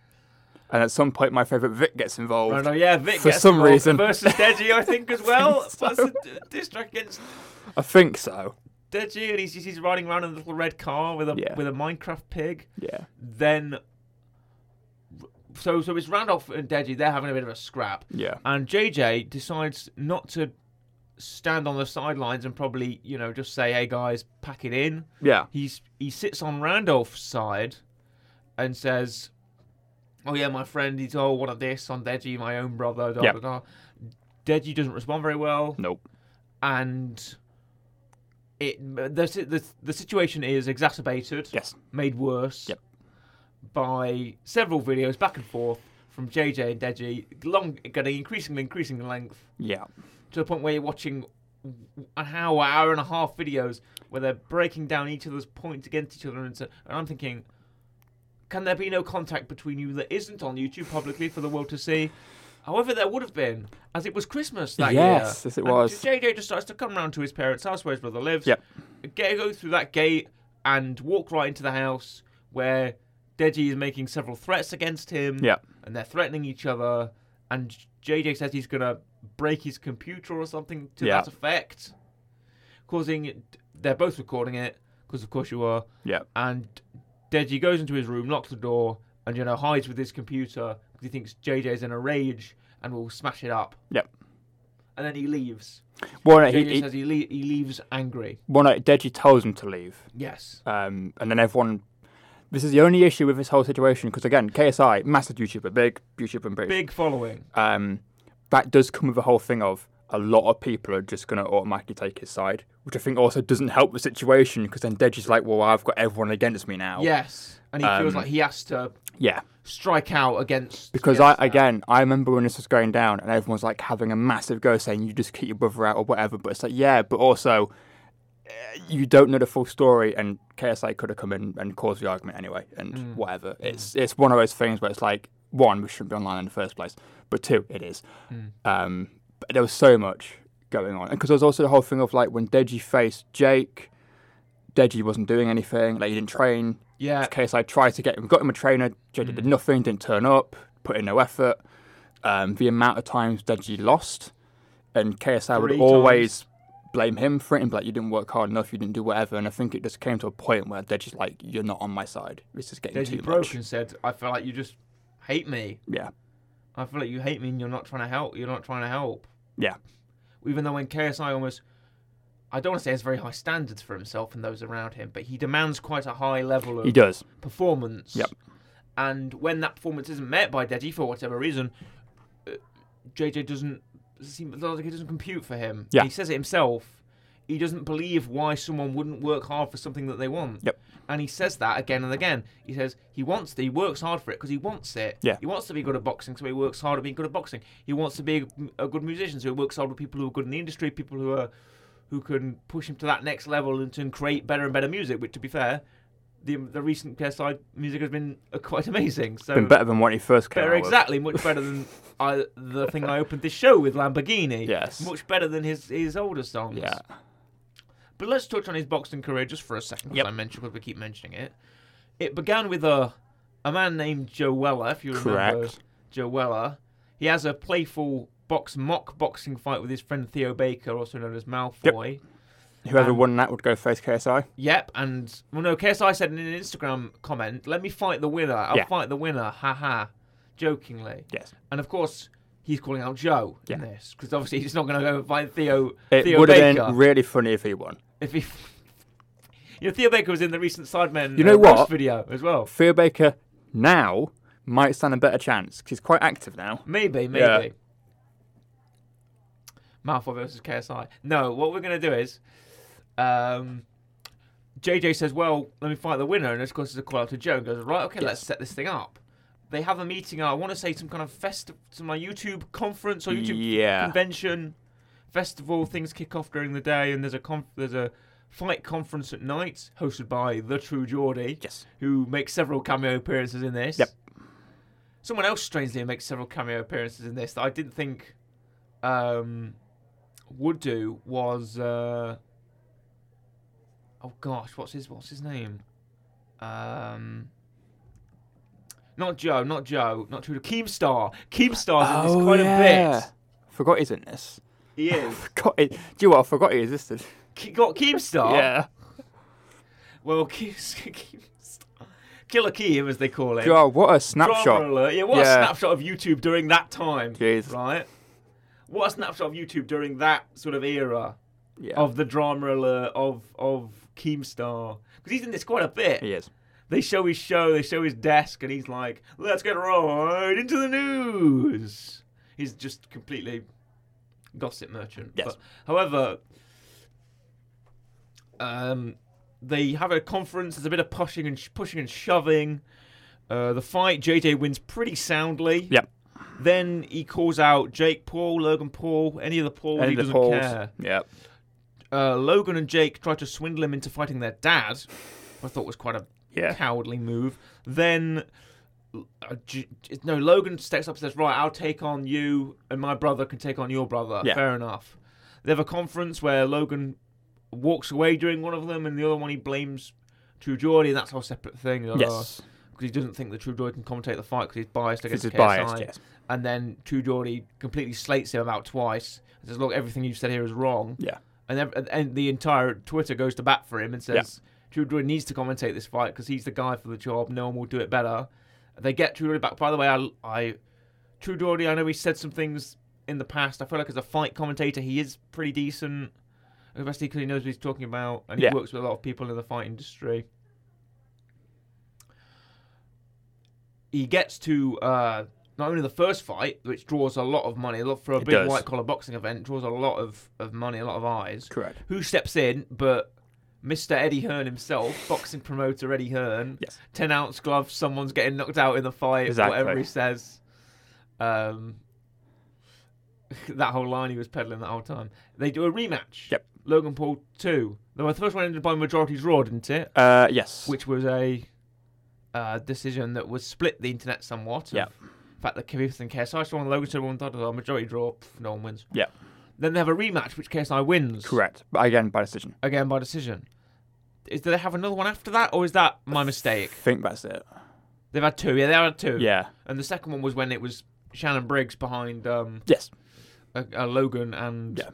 Speaker 2: and at some point, my favorite Vic gets involved.
Speaker 1: Right, oh, yeah, Vic
Speaker 2: For
Speaker 1: gets
Speaker 2: some
Speaker 1: involved
Speaker 2: reason.
Speaker 1: versus Deji, I think as well. That's a d- diss track against
Speaker 2: I think so.
Speaker 1: Deji, and he's he's riding around in a little red car with a
Speaker 2: Yeah.
Speaker 1: with a Minecraft pig.
Speaker 2: Yeah,
Speaker 1: Then, so so it's Randolph and Deji. They're having a bit of a scrap.
Speaker 2: yeah,
Speaker 1: and JJ decides not to stand on the sidelines and probably you know just say hey guys pack it in
Speaker 2: yeah.
Speaker 1: he's he sits on Randolph's side and says oh yeah my friend he's all one of this on Deji my own brother da,
Speaker 2: Yeah.
Speaker 1: da, da. Deji doesn't respond very well
Speaker 2: Nope.
Speaker 1: and it the, si- the, the situation is exacerbated
Speaker 2: Yes.
Speaker 1: made worse
Speaker 2: Yep.
Speaker 1: by several videos back and forth from JJ and Deji, long getting increasingly increasing in length
Speaker 2: Yeah.
Speaker 1: to the point where you're watching an hour, hour and a half videos where they're breaking down each other's points against each other, and, so, and I'm thinking, can there be no contact between you that isn't on YouTube publicly for the world to see? However, there would have been, as it was Christmas that year.
Speaker 2: yes. Yes, it
Speaker 1: And
Speaker 2: was.
Speaker 1: JJ just starts to come round to his parents' house where his brother lives.
Speaker 2: Yep.
Speaker 1: Get, go through that gate and walk right into the house where Deji is making several threats against him.
Speaker 2: Yep.
Speaker 1: And they're threatening each other. And JJ says he's going to break his computer or something to
Speaker 2: Yeah.
Speaker 1: that effect. Causing. They're both recording it, because of course you are.
Speaker 2: Yeah.
Speaker 1: And Deji goes into his room, locks the door, and, you know, hides with his computer because he thinks JJ's in a rage and will smash it up.
Speaker 2: Yep.
Speaker 1: And then he leaves.
Speaker 2: Well, no, he,
Speaker 1: JJ
Speaker 2: he,
Speaker 1: says he, le- he leaves angry.
Speaker 2: well, no, Deji tells him to leave.
Speaker 1: Yes.
Speaker 2: um, and then everyone. This is the only issue with this whole situation because again, KSI, massive YouTuber, big YouTuber in British.
Speaker 1: Big following.
Speaker 2: Um, that does come with the whole thing of a lot of people are just going to automatically take his side, which I think also doesn't help the situation because then Deji's like, well, I've got everyone against me now.
Speaker 1: Yes. And he feels
Speaker 2: Oh. Um,
Speaker 1: like he has to
Speaker 2: Yeah.
Speaker 1: strike out against.
Speaker 2: Because
Speaker 1: against
Speaker 2: I
Speaker 1: that.
Speaker 2: again, I remember when this was going down, and everyone's like having a massive go, saying you just keep your brother out or whatever. But it's like, yeah, but also eh, you don't know the full story, and KSI could have come in and caused the argument anyway, and whatever. It's it's one of those things where it's like one, we shouldn't be online in the first place, but two, it is. Um, but there was so much going on, because there was also the whole thing of like when Deji faced Jake, Deji wasn't doing anything, like he didn't train,
Speaker 1: Yeah.
Speaker 2: case I tried to get him, got him a trainer. Jada
Speaker 1: Mm.
Speaker 2: did nothing, didn't turn up, put in no effort. Um, the amount of times Deji lost, and KSI
Speaker 1: Three
Speaker 2: would always blame him for it and be like, you didn't work hard enough, you didn't do whatever. And I think it just came to a point where they're just like, you're not on my side. This is getting
Speaker 1: Daisy
Speaker 2: too
Speaker 1: broke
Speaker 2: much.
Speaker 1: and said, "I feel like you just hate me.
Speaker 2: Yeah.
Speaker 1: I feel like you hate me, and you're not trying to help. You're not trying to help."
Speaker 2: Yeah.
Speaker 1: Even though when KSI almost, I don't want to say has very high standards for himself and those around him, but he demands quite a high level of
Speaker 2: He does.
Speaker 1: performance.
Speaker 2: Yep.
Speaker 1: And when that performance isn't met by Deji for whatever reason, uh, JJ doesn't seem like it doesn't compute for him.
Speaker 2: Yeah.
Speaker 1: He says it himself. He doesn't believe why someone wouldn't work hard for something that they want.
Speaker 2: Yep.
Speaker 1: And he says that again and again. He says he wants he works hard for it because he wants it.
Speaker 2: Yeah.
Speaker 1: He wants to be good at boxing, so he works hard at being good at boxing. He wants to be a, a good musician, so he works hard with people who are good in the industry, people who are who can push him to that next level and to create better and better music. Which, to be fair, the the recent KSI music has been uh, quite amazing. So
Speaker 2: Been better than when he first came
Speaker 1: better,
Speaker 2: out. with.
Speaker 1: exactly, much better than I, the thing I opened this show with Lamborghini.
Speaker 2: Yes.
Speaker 1: much better than his his older songs.
Speaker 2: Yeah.
Speaker 1: But let's touch on his boxing career just for a second, because
Speaker 2: Yep.
Speaker 1: I mentioned because we keep mentioning it. It began with a a man named Joe Weller, if you remember
Speaker 2: Correct.
Speaker 1: Joe Weller. He has a playful box mock boxing fight with his friend Theo Baker, also known as Malfoy.
Speaker 2: Whoever
Speaker 1: Um,
Speaker 2: won that would go face KSI.
Speaker 1: Yep, and well, no, KSI said in an Instagram comment, "Let me fight the winner. I'll
Speaker 2: Yeah.
Speaker 1: fight the winner." Ha ha, jokingly.
Speaker 2: Yes.
Speaker 1: And of course, he's calling out Joe in
Speaker 2: Yeah.
Speaker 1: this because obviously he's not going to go and fight Theo.
Speaker 2: It
Speaker 1: Theo
Speaker 2: would
Speaker 1: Baker
Speaker 2: have been really funny if he won.
Speaker 1: if he. You know, Theo Baker was in the recent Sidemen
Speaker 2: You know
Speaker 1: uh, roast
Speaker 2: what?
Speaker 1: video as well.
Speaker 2: Theo Baker now might stand a better chance because he's quite active now.
Speaker 1: Maybe, maybe.
Speaker 2: Yeah.
Speaker 1: Malfoy versus KSI. No, what we're going to do is. Um, JJ says, Well, let me fight the winner. And of course, it's a call out to Joe and goes, Right, okay, let's set this thing up. They have a meeting. I want to say some kind of festival, some like YouTube conference or YouTube
Speaker 2: Yeah.
Speaker 1: convention, festival. Things kick off during the day, and there's a conf- there's a fight conference at night hosted by the True Geordie
Speaker 2: Yes.
Speaker 1: who makes several cameo appearances in this.
Speaker 2: Yep.
Speaker 1: Someone else strangely makes several cameo appearances in this that I didn't think um, would do was uh, oh gosh, what's his what's his name? Um, not Joe, not Joe, not Trudeau. Keemstar. Keemstar's in this quite a bit.
Speaker 2: Oh, Forgot he's in this.
Speaker 1: He is.
Speaker 2: Forgot it. Do you know what? I forgot he existed.
Speaker 1: Ke- got Keemstar.
Speaker 2: Yeah.
Speaker 1: Well, Keem- Keemstar. Killer Keem, as they call him.
Speaker 2: God, what a
Speaker 1: Drama
Speaker 2: snapshot.
Speaker 1: alert. Yeah, what a
Speaker 2: Yeah.
Speaker 1: snapshot of YouTube during that time.
Speaker 2: Jeez.
Speaker 1: Right? What a snapshot of YouTube during that sort of era
Speaker 2: Yeah.
Speaker 1: of the drama alert of of Keemstar. Because he's in this quite a bit.
Speaker 2: He is.
Speaker 1: They show his show, they show his desk, and he's like, let's get right into the news. He's just completely gossip merchant.
Speaker 2: Yes.
Speaker 1: But, however, um, they have a conference. There's a bit of pushing and sh- pushing and shoving. Uh, the fight, JJ wins pretty soundly.
Speaker 2: Yep.
Speaker 1: Then he calls out Jake Paul, Logan Paul, any of the Pauls. he
Speaker 2: Any of
Speaker 1: doesn't
Speaker 2: the polls.
Speaker 1: care.
Speaker 2: Yeah.
Speaker 1: Uh, Logan and Jake try to swindle him into fighting their dad. which I thought was quite a
Speaker 2: Yeah.
Speaker 1: cowardly move. Then, uh, J- J- no, Logan steps up and says, "Right, I'll take on you, and my brother can take on your brother."
Speaker 2: Yeah.
Speaker 1: Fair enough. They have a conference where Logan walks away during one of them, and the other one he blames True Geordie, and that's a whole separate thing.
Speaker 2: Yes.
Speaker 1: because he doesn't think that True Geordie can commentate the fight because he's biased
Speaker 2: This
Speaker 1: against
Speaker 2: is
Speaker 1: KSI.
Speaker 2: biased. Yes.
Speaker 1: And then True Geordie completely slates him about twice. and Says, "Look, everything you've said here is wrong."
Speaker 2: Yeah.
Speaker 1: and ev- and the entire Twitter goes to bat for him and
Speaker 2: Yeah.
Speaker 1: says Drew Dory needs to commentate this fight because he's the guy for the job. No one will do it better. They get Drew Dory back. By the way, I, I Drew Dory, I know he said some things in the past. I feel like as a fight commentator, he is pretty decent, especially because he knows what he's talking about and he
Speaker 2: Yeah.
Speaker 1: works with a lot of people in the fight industry. He gets to uh, not only the first fight, which draws a lot of money, a lot for a
Speaker 2: It
Speaker 1: big
Speaker 2: does.
Speaker 1: white collar boxing event, draws a lot of, of money, a lot of eyes
Speaker 2: Correct.
Speaker 1: who steps in but Mr. Eddie Hearn himself, boxing promoter Eddie Hearn,
Speaker 2: Yes.
Speaker 1: 10 ounce gloves, someone's getting knocked out in the fight,
Speaker 2: Exactly.
Speaker 1: whatever he says. Um, that whole line he was peddling that whole time. They do a rematch.
Speaker 2: Yep.
Speaker 1: Logan Paul 2. Though the first one ended by majority's Raw, didn't it?
Speaker 2: Uh, yes.
Speaker 1: Which was a uh, decision that was split the internet somewhat.
Speaker 2: Yep.
Speaker 1: In fact, that Kevin and KSI saw one, Logan said one, da, da, da, majority draw, pff, no one wins.
Speaker 2: Yep.
Speaker 1: Then they have a rematch, which KSI wins
Speaker 2: Correct. But again, by decision.
Speaker 1: again by decision. Is do they have another one after that, or is that my mistake? Oh.
Speaker 2: think that's it.
Speaker 1: They've had two. Yeah, they had two.
Speaker 2: Yeah.
Speaker 1: And the second one was when it was Shannon Briggs behind um,
Speaker 2: Yes.
Speaker 1: uh, uh, Logan and
Speaker 2: Yeah.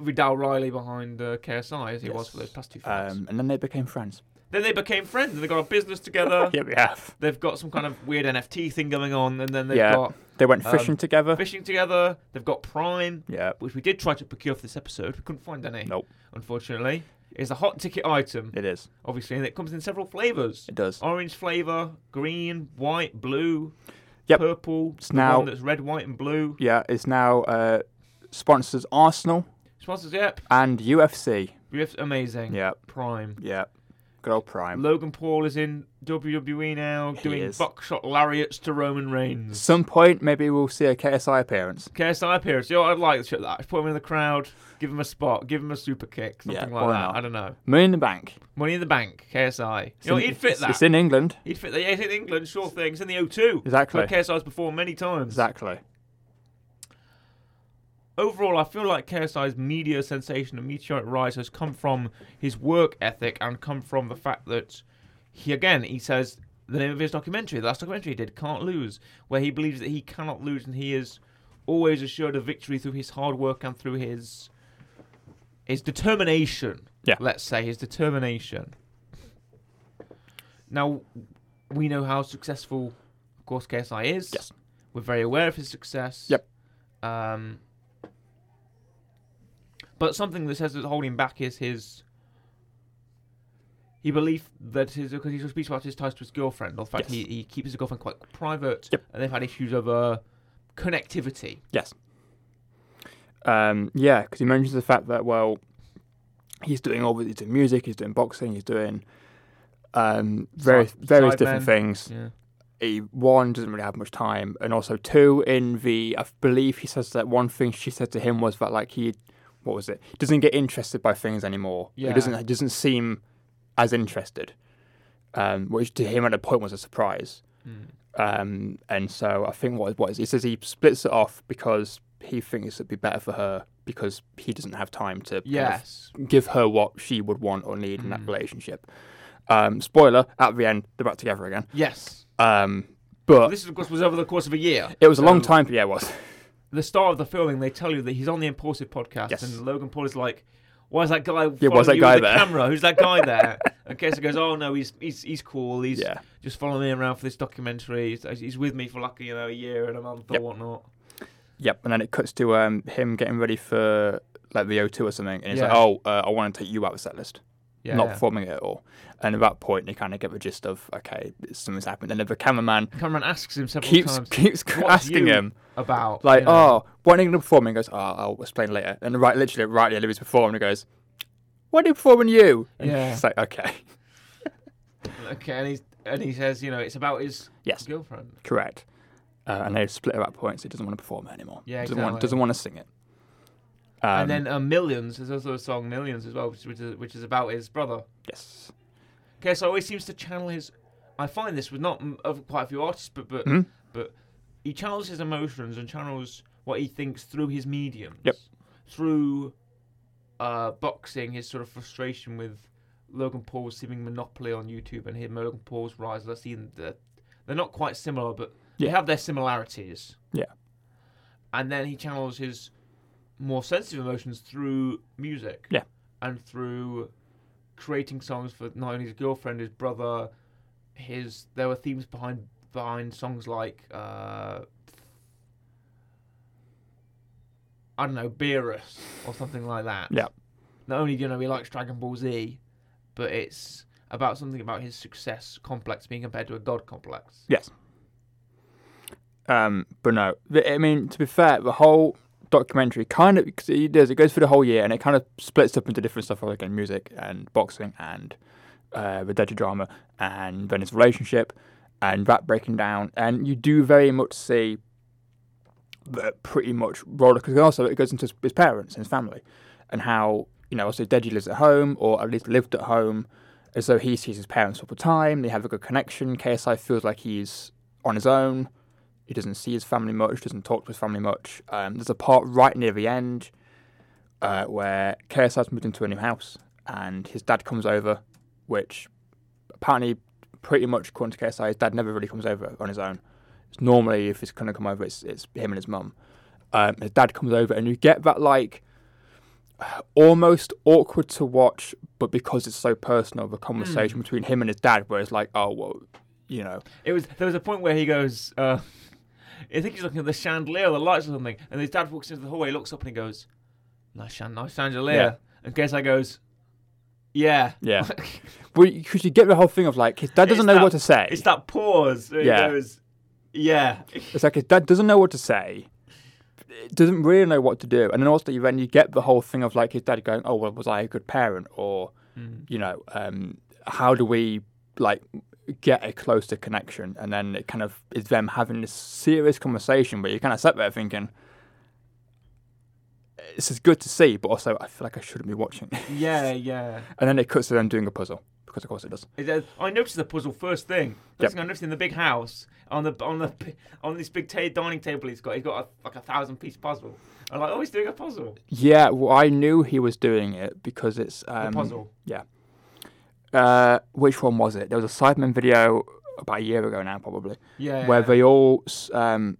Speaker 1: Vidal Riley behind uh, KSI as he was for those past two fights.
Speaker 2: Um, and then they became friends.
Speaker 1: then they became friends and they got a business together.
Speaker 2: Yeah, we have.
Speaker 1: They've got some kind of weird NFT thing going on, and then they've
Speaker 2: Yeah.
Speaker 1: got
Speaker 2: They went
Speaker 1: Um,
Speaker 2: fishing together.
Speaker 1: fishing together. They've got Prime,
Speaker 2: yeah.
Speaker 1: which we did try to procure for this episode. We couldn't find any,
Speaker 2: Nope.
Speaker 1: unfortunately. It's a hot ticket item,
Speaker 2: It is.
Speaker 1: obviously, and it comes in several flavors:
Speaker 2: It does.
Speaker 1: orange flavor, green, white, blue,
Speaker 2: Yep.
Speaker 1: purple.
Speaker 2: It's
Speaker 1: the
Speaker 2: now-
Speaker 1: one that's red, white, and blue.
Speaker 2: Yeah, it's now uh, sponsors Arsenal
Speaker 1: Sponsors, yep.
Speaker 2: and UFC.
Speaker 1: Rift, amazing.
Speaker 2: Yeah.
Speaker 1: Prime.
Speaker 2: Yeah. Good old Prime.
Speaker 1: Logan Paul is in WWE now, doing
Speaker 2: is.
Speaker 1: buckshot lariats to Roman Reigns.
Speaker 2: Some point, maybe we'll see a KSI appearance.
Speaker 1: KSI appearance. Yo, I'd like to check that. Put him in the crowd, give him a spot, give him a super kick, something
Speaker 2: Yeah,
Speaker 1: like
Speaker 2: why
Speaker 1: that.
Speaker 2: not?
Speaker 1: I don't know.
Speaker 2: Money in the Bank.
Speaker 1: Money in the Bank, KSI.
Speaker 2: It's
Speaker 1: You know,
Speaker 2: in-
Speaker 1: he'd fit
Speaker 2: it's-
Speaker 1: that.
Speaker 2: It's in England.
Speaker 1: He'd fit that. Yeah, he's in England, sure thing. It's in the O2.
Speaker 2: Exactly.
Speaker 1: Where KSI's performed many times.
Speaker 2: Exactly.
Speaker 1: Overall, I feel like KSI's media sensation and meteoric rise has come from his work ethic and come from the fact that he, again, he says the name of his documentary, the last documentary he did, Can't Lose, where he believes that he cannot lose and he is always assured of victory through his hard work and through his his determination.
Speaker 2: Yeah.
Speaker 1: Let's say his determination. Now, we know how successful, of course, KSI is.
Speaker 2: Yes.
Speaker 1: We're very aware of his success.
Speaker 2: Yep.
Speaker 1: Um, but something that says that's holding back is his. He believed that his because he speaks about his ties to his girlfriend. Or the fact
Speaker 2: Yes.
Speaker 1: he, he keeps his girlfriend quite private,
Speaker 2: Yep.
Speaker 1: and they've had issues over connectivity.
Speaker 2: Yes. Um, yeah, because he mentions the fact that well, he's doing all the- he's doing music, he's doing boxing, he's doing um, various
Speaker 1: Side-
Speaker 2: various
Speaker 1: sidemen.
Speaker 2: different things.
Speaker 1: Yeah.
Speaker 2: He one doesn't really have much time, and also two in the I believe he says that one thing she said to him was that like he what was it doesn't get interested by things anymore.
Speaker 1: Yeah.
Speaker 2: He doesn't he doesn't seem as interested, um, which to him at the point was a surprise.
Speaker 1: Mm.
Speaker 2: Um, and so I think what what is, he says he splits it off because he thinks it'd be better for her because he doesn't have time to kind of
Speaker 1: Yes.
Speaker 2: give her what she would want or need in that
Speaker 1: Mhm.
Speaker 2: relationship. Um, spoiler: at the end, they're back together again.
Speaker 1: Yes.
Speaker 2: Um, but
Speaker 1: this, of course, was over the course of a year.
Speaker 2: it was a long
Speaker 1: So-
Speaker 2: time. Yeah, it was.
Speaker 1: the start of the filming, they tell you that he's on the Impulsive podcast,
Speaker 2: Yes.
Speaker 1: and Logan Paul is like, "Why is that guy?
Speaker 2: Yeah,
Speaker 1: following
Speaker 2: why's that
Speaker 1: you
Speaker 2: guy
Speaker 1: with
Speaker 2: there?"
Speaker 1: The camera? Who's that guy there?" and Kesa goes, "Oh no, he's he's he's cool. He's
Speaker 2: Yeah,
Speaker 1: just following me around for this documentary. He's, he's with me for like you know a year and a month
Speaker 2: Yep.
Speaker 1: or whatnot."
Speaker 2: yep. And then it cuts to um, him getting ready for like the O2 or something, and he's like,
Speaker 1: Yeah.
Speaker 2: "Oh, uh, I want to take you out of the set list."
Speaker 1: Yeah,
Speaker 2: not
Speaker 1: yeah.
Speaker 2: performing it at all. And at that point, they kind of get the gist of, okay, something's happened. And then the cameraman
Speaker 1: Cameron asks him several
Speaker 2: keeps
Speaker 1: times
Speaker 2: keeps
Speaker 1: "What's
Speaker 2: asking
Speaker 1: you?"
Speaker 2: him,
Speaker 1: about
Speaker 2: like,
Speaker 1: you know,
Speaker 2: oh, when are you going to perform? And he goes, oh, I'll explain later. And right, literally, right at he's performing, he goes, when are you performing you? And
Speaker 1: Yeah.
Speaker 2: It's like, okay,
Speaker 1: okay, and, he's, and he says, you know, it's about his
Speaker 2: "Oh." Yes.
Speaker 1: girlfriend.
Speaker 2: correct. Uh, and they split at that point, so he doesn't want to perform it anymore.
Speaker 1: Yeah,
Speaker 2: doesn't want
Speaker 1: exactly.
Speaker 2: doesn't want to sing it. Um,
Speaker 1: and then uh, Millions, there's also a song Millions as well, which, which, is, which is about his brother.
Speaker 2: yes,
Speaker 1: Okay, so always seems to channel his. I find this with not m- of quite a few artists, but but
Speaker 2: Mhm.
Speaker 1: but he channels his emotions and channels what he thinks through his mediums.
Speaker 2: Yep.
Speaker 1: Through uh, boxing, his sort of frustration with Logan Paul's seeming monopoly on YouTube and him Logan Paul's rise. Let's see, they're, they're not quite similar, but they
Speaker 2: Yeah.
Speaker 1: have their similarities.
Speaker 2: Yeah.
Speaker 1: And then he channels his more sensitive emotions through music.
Speaker 2: Yeah.
Speaker 1: And through creating songs for not only his girlfriend, his brother, his there were themes behind behind songs like uh I don't know, Beerus or something like that.
Speaker 2: Yeah.
Speaker 1: Not only you know he likes Dragon Ball Z, but it's about something about his success complex being compared to a god complex.
Speaker 2: yes. Um, but no, the- I mean to be fair, the whole documentary kind of 'cause it does it goes through the whole year and it kind of splits up into different stuff like again music and boxing and uh, the Deja drama and then his relationship and that breaking down and you do very much see that pretty much roller because also it goes into his- his parents and his family and how you know also Deji lives at home or at least lived at home and so he sees his parents all the time they have a good connection KSI feels like he's on his own he doesn't see his family much doesn't talk to his family much um, there's a part right near the end uh, where KSI's moved into a new house and his dad comes over which apparently pretty much according to KSI his dad never really comes over on his own it's normally if he's going to come over it's, it's him and his mum um, his dad comes over and you get that like almost awkward to watch, but because it's so personal, the conversation between him and his dad, where it's like, oh, well, you know,
Speaker 1: It was there was a point where he goes, uh, I think he's looking at the chandelier, the lights or something, and his dad walks into the hallway, looks up and he goes, "Nice, chan- nice chandelier."
Speaker 2: Yeah.
Speaker 1: And guess I goes, "Yeah,
Speaker 2: yeah. Because you get the whole thing of like, his dad doesn't
Speaker 1: It's
Speaker 2: know
Speaker 1: that-
Speaker 2: what to say.
Speaker 1: It's that pause. where he
Speaker 2: Yeah.
Speaker 1: goes, "Yeah."
Speaker 2: It's like his dad doesn't know what to say, doesn't really know what to do, and then also then you get the whole thing of like his dad going, "Oh well, was I a good parent?" or
Speaker 1: Mm.
Speaker 2: you know, um, how do we like get a closer connection? And then it kind of is them having this serious conversation where you kind of sat there thinking, "This is good to see, but also I feel like I shouldn't be watching."
Speaker 1: Yeah, yeah.
Speaker 2: and then it cuts to them doing a puzzle because of course it does.
Speaker 1: It does- I noticed the puzzle first thing.
Speaker 2: Yep.
Speaker 1: First thing I noticed in the big house on the on the p- on this big ta- dining table he's got, he's got a, like a thousand piece puzzle. I'm like, oh, he's doing a puzzle.
Speaker 2: Yeah, well, I knew he was doing it because it's
Speaker 1: A
Speaker 2: um,
Speaker 1: puzzle.
Speaker 2: Yeah. Uh, which one was it? There was a Sidemen video about a year ago now, probably,
Speaker 1: Yeah.
Speaker 2: where they all s- um,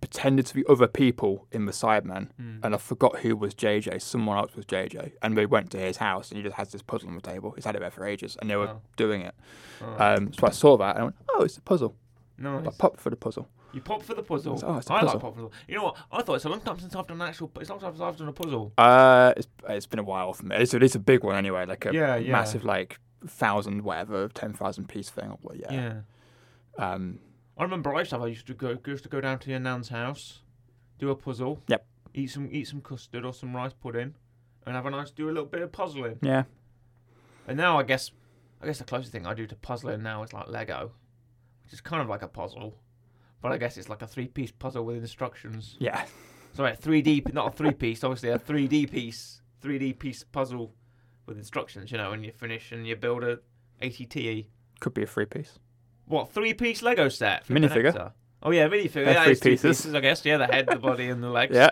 Speaker 2: pretended to be other people in the Sidemen,
Speaker 1: Hmm.
Speaker 2: and I forgot who was JJ. Someone else was JJ, and they went to his house, and he just has this puzzle on the table. He's had it there for ages, and they were
Speaker 1: Oh.
Speaker 2: doing it.
Speaker 1: Oh.
Speaker 2: Um, so I saw that, and I went, "Oh, it's a puzzle." I
Speaker 1: nice.
Speaker 2: popped for the puzzle.
Speaker 1: You pop for the puzzle.
Speaker 2: Oh, it's a
Speaker 1: I
Speaker 2: puzzle.
Speaker 1: like pop for the puzzle. You know what? I thought it's a long time since I've done an actual. It's a long time since I've done a puzzle.
Speaker 2: Uh, it's, it's been a while for me. It's, it's a big one anyway, like a
Speaker 1: Yeah, yeah.
Speaker 2: massive like thousand whatever ten thousand piece thing. Well, yeah.
Speaker 1: Yeah.
Speaker 2: Um,
Speaker 1: I remember I used to have. I used to go used to go down to your nan's house, do a puzzle.
Speaker 2: Yep.
Speaker 1: Eat some eat some custard or some rice pudding, and have a nice do a little bit of puzzling.
Speaker 2: yeah.
Speaker 1: And now I guess I guess the closest thing I do to puzzling now is like Lego, which is kind of like a puzzle. But I guess it's like a three-piece puzzle with instructions.
Speaker 2: Yeah.
Speaker 1: Sorry, a 3D, p- not a three-piece. Obviously, a 3D piece, 3D piece puzzle with instructions. You know, and you finish and you build a E. ATTE.
Speaker 2: Could be a free piece.
Speaker 1: What three-piece Lego set? for
Speaker 2: Minifigure.
Speaker 1: connector? Oh yeah, minifigure.
Speaker 2: They're
Speaker 1: Yeah,
Speaker 2: three
Speaker 1: it's two
Speaker 2: pieces.
Speaker 1: pieces, I guess. Yeah, the head, the body, and the legs.
Speaker 2: Yeah.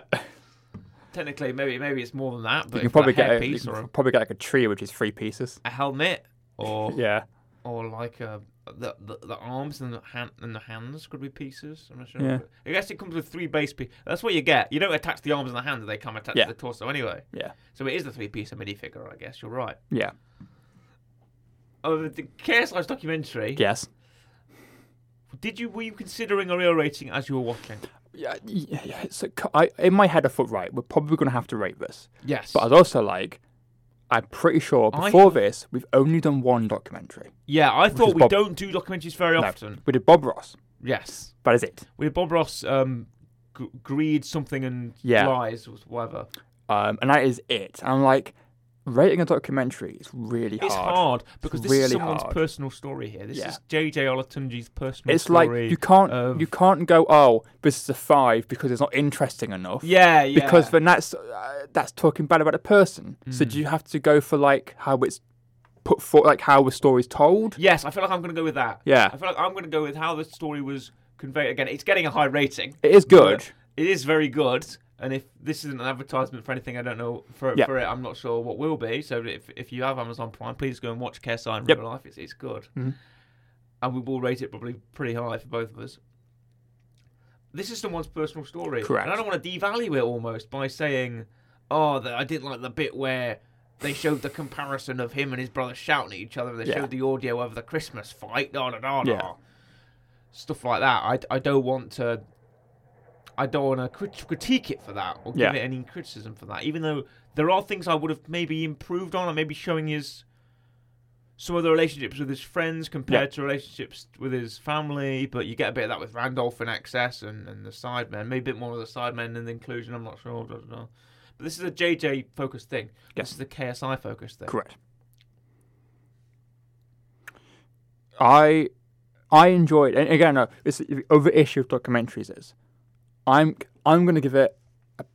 Speaker 1: Technically, maybe maybe it's more than that. But
Speaker 2: You can
Speaker 1: it's like
Speaker 2: probably
Speaker 1: a
Speaker 2: get a, you
Speaker 1: headpiece
Speaker 2: can
Speaker 1: or a,
Speaker 2: probably get like a tree which is three pieces.
Speaker 1: a helmet or
Speaker 2: Yeah.
Speaker 1: or like uh, the, the the arms and the hand and the hands could be pieces. I'm not sure.
Speaker 2: Yeah.
Speaker 1: I guess it comes with three base pieces. That's what you get. You don't attach the arms and the hands; they come attached
Speaker 2: Yeah.
Speaker 1: to the torso anyway.
Speaker 2: Yeah.
Speaker 1: So it is the three-piece minifigure, I guess. You're right.
Speaker 2: Yeah.
Speaker 1: Oh, the Chaos Lives documentary.
Speaker 2: Yes.
Speaker 1: Did you were you considering a real rating as you were watching?
Speaker 2: Yeah. yeah, yeah. So c- I, in my head, I thought, right, we're probably going to have to rate this.
Speaker 1: Yes.
Speaker 2: But I was also like, I'm pretty sure
Speaker 1: I-
Speaker 2: before this, we've only done one documentary.
Speaker 1: yeah, I
Speaker 2: is
Speaker 1: thought we
Speaker 2: Bob-
Speaker 1: don't do documentaries very
Speaker 2: No.
Speaker 1: often.
Speaker 2: We did Bob Ross.
Speaker 1: Yes.
Speaker 2: That is it.
Speaker 1: We had Bob Ross, um, g- greed, something, and
Speaker 2: Yeah.
Speaker 1: lies, or whatever.
Speaker 2: Um, and that is it. And I'm like, rating a documentary is really
Speaker 1: It's hard, because this is
Speaker 2: really
Speaker 1: someone's
Speaker 2: hard.
Speaker 1: personal story here. This
Speaker 2: Yeah.
Speaker 1: is JJ Olatunji's personal
Speaker 2: It's like
Speaker 1: story.
Speaker 2: you can't
Speaker 1: of-
Speaker 2: you can't go oh this is a five because it's not interesting enough.
Speaker 1: yeah, yeah.
Speaker 2: because then that's uh, that's talking bad about a person. So
Speaker 1: Hmm.
Speaker 2: do you have to go for like how it's put for like how the story's told?
Speaker 1: yes, I feel like I'm going to go with that.
Speaker 2: Yeah.
Speaker 1: I feel like I'm going to go with how the story was conveyed. Again, it's getting a high rating.
Speaker 2: It is good.
Speaker 1: It is very good. And if this isn't an advertisement for anything, I don't know for,
Speaker 2: Yeah.
Speaker 1: for it. I'm not sure what will be. So if, if you have Amazon Prime, please go and watch KSI in
Speaker 2: Yep.
Speaker 1: real life. It's it's good,
Speaker 2: Mhm.
Speaker 1: and we will rate it probably pretty high for both of us. This is someone's personal story,
Speaker 2: Correct.
Speaker 1: And I don't want to devalue it almost by saying, "Oh, the, I didn't like the bit where." They showed the comparison of him and his brother shouting at each other. They
Speaker 2: Yeah.
Speaker 1: showed the audio of the Christmas fight, da da da da,
Speaker 2: Yeah.
Speaker 1: stuff like that. I, I don't want to I don't want to crit- critique it for that or give
Speaker 2: Yeah.
Speaker 1: it any criticism for that, even though there are things I would have maybe improved on, or maybe showing his some of the relationships with his friends compared to relationships with his family. But you get a bit of that with Randolph in excess and, and the Sidemen, maybe a bit more of the Sidemen than the inclusion. I'm not sure. blah, blah, blah. But this is a JJ focused thing.
Speaker 2: Yes.
Speaker 1: This is a KSI focused thing.
Speaker 2: Correct. I I enjoyed and again no, it's the other issue of documentaries is I'm I'm gonna give it a,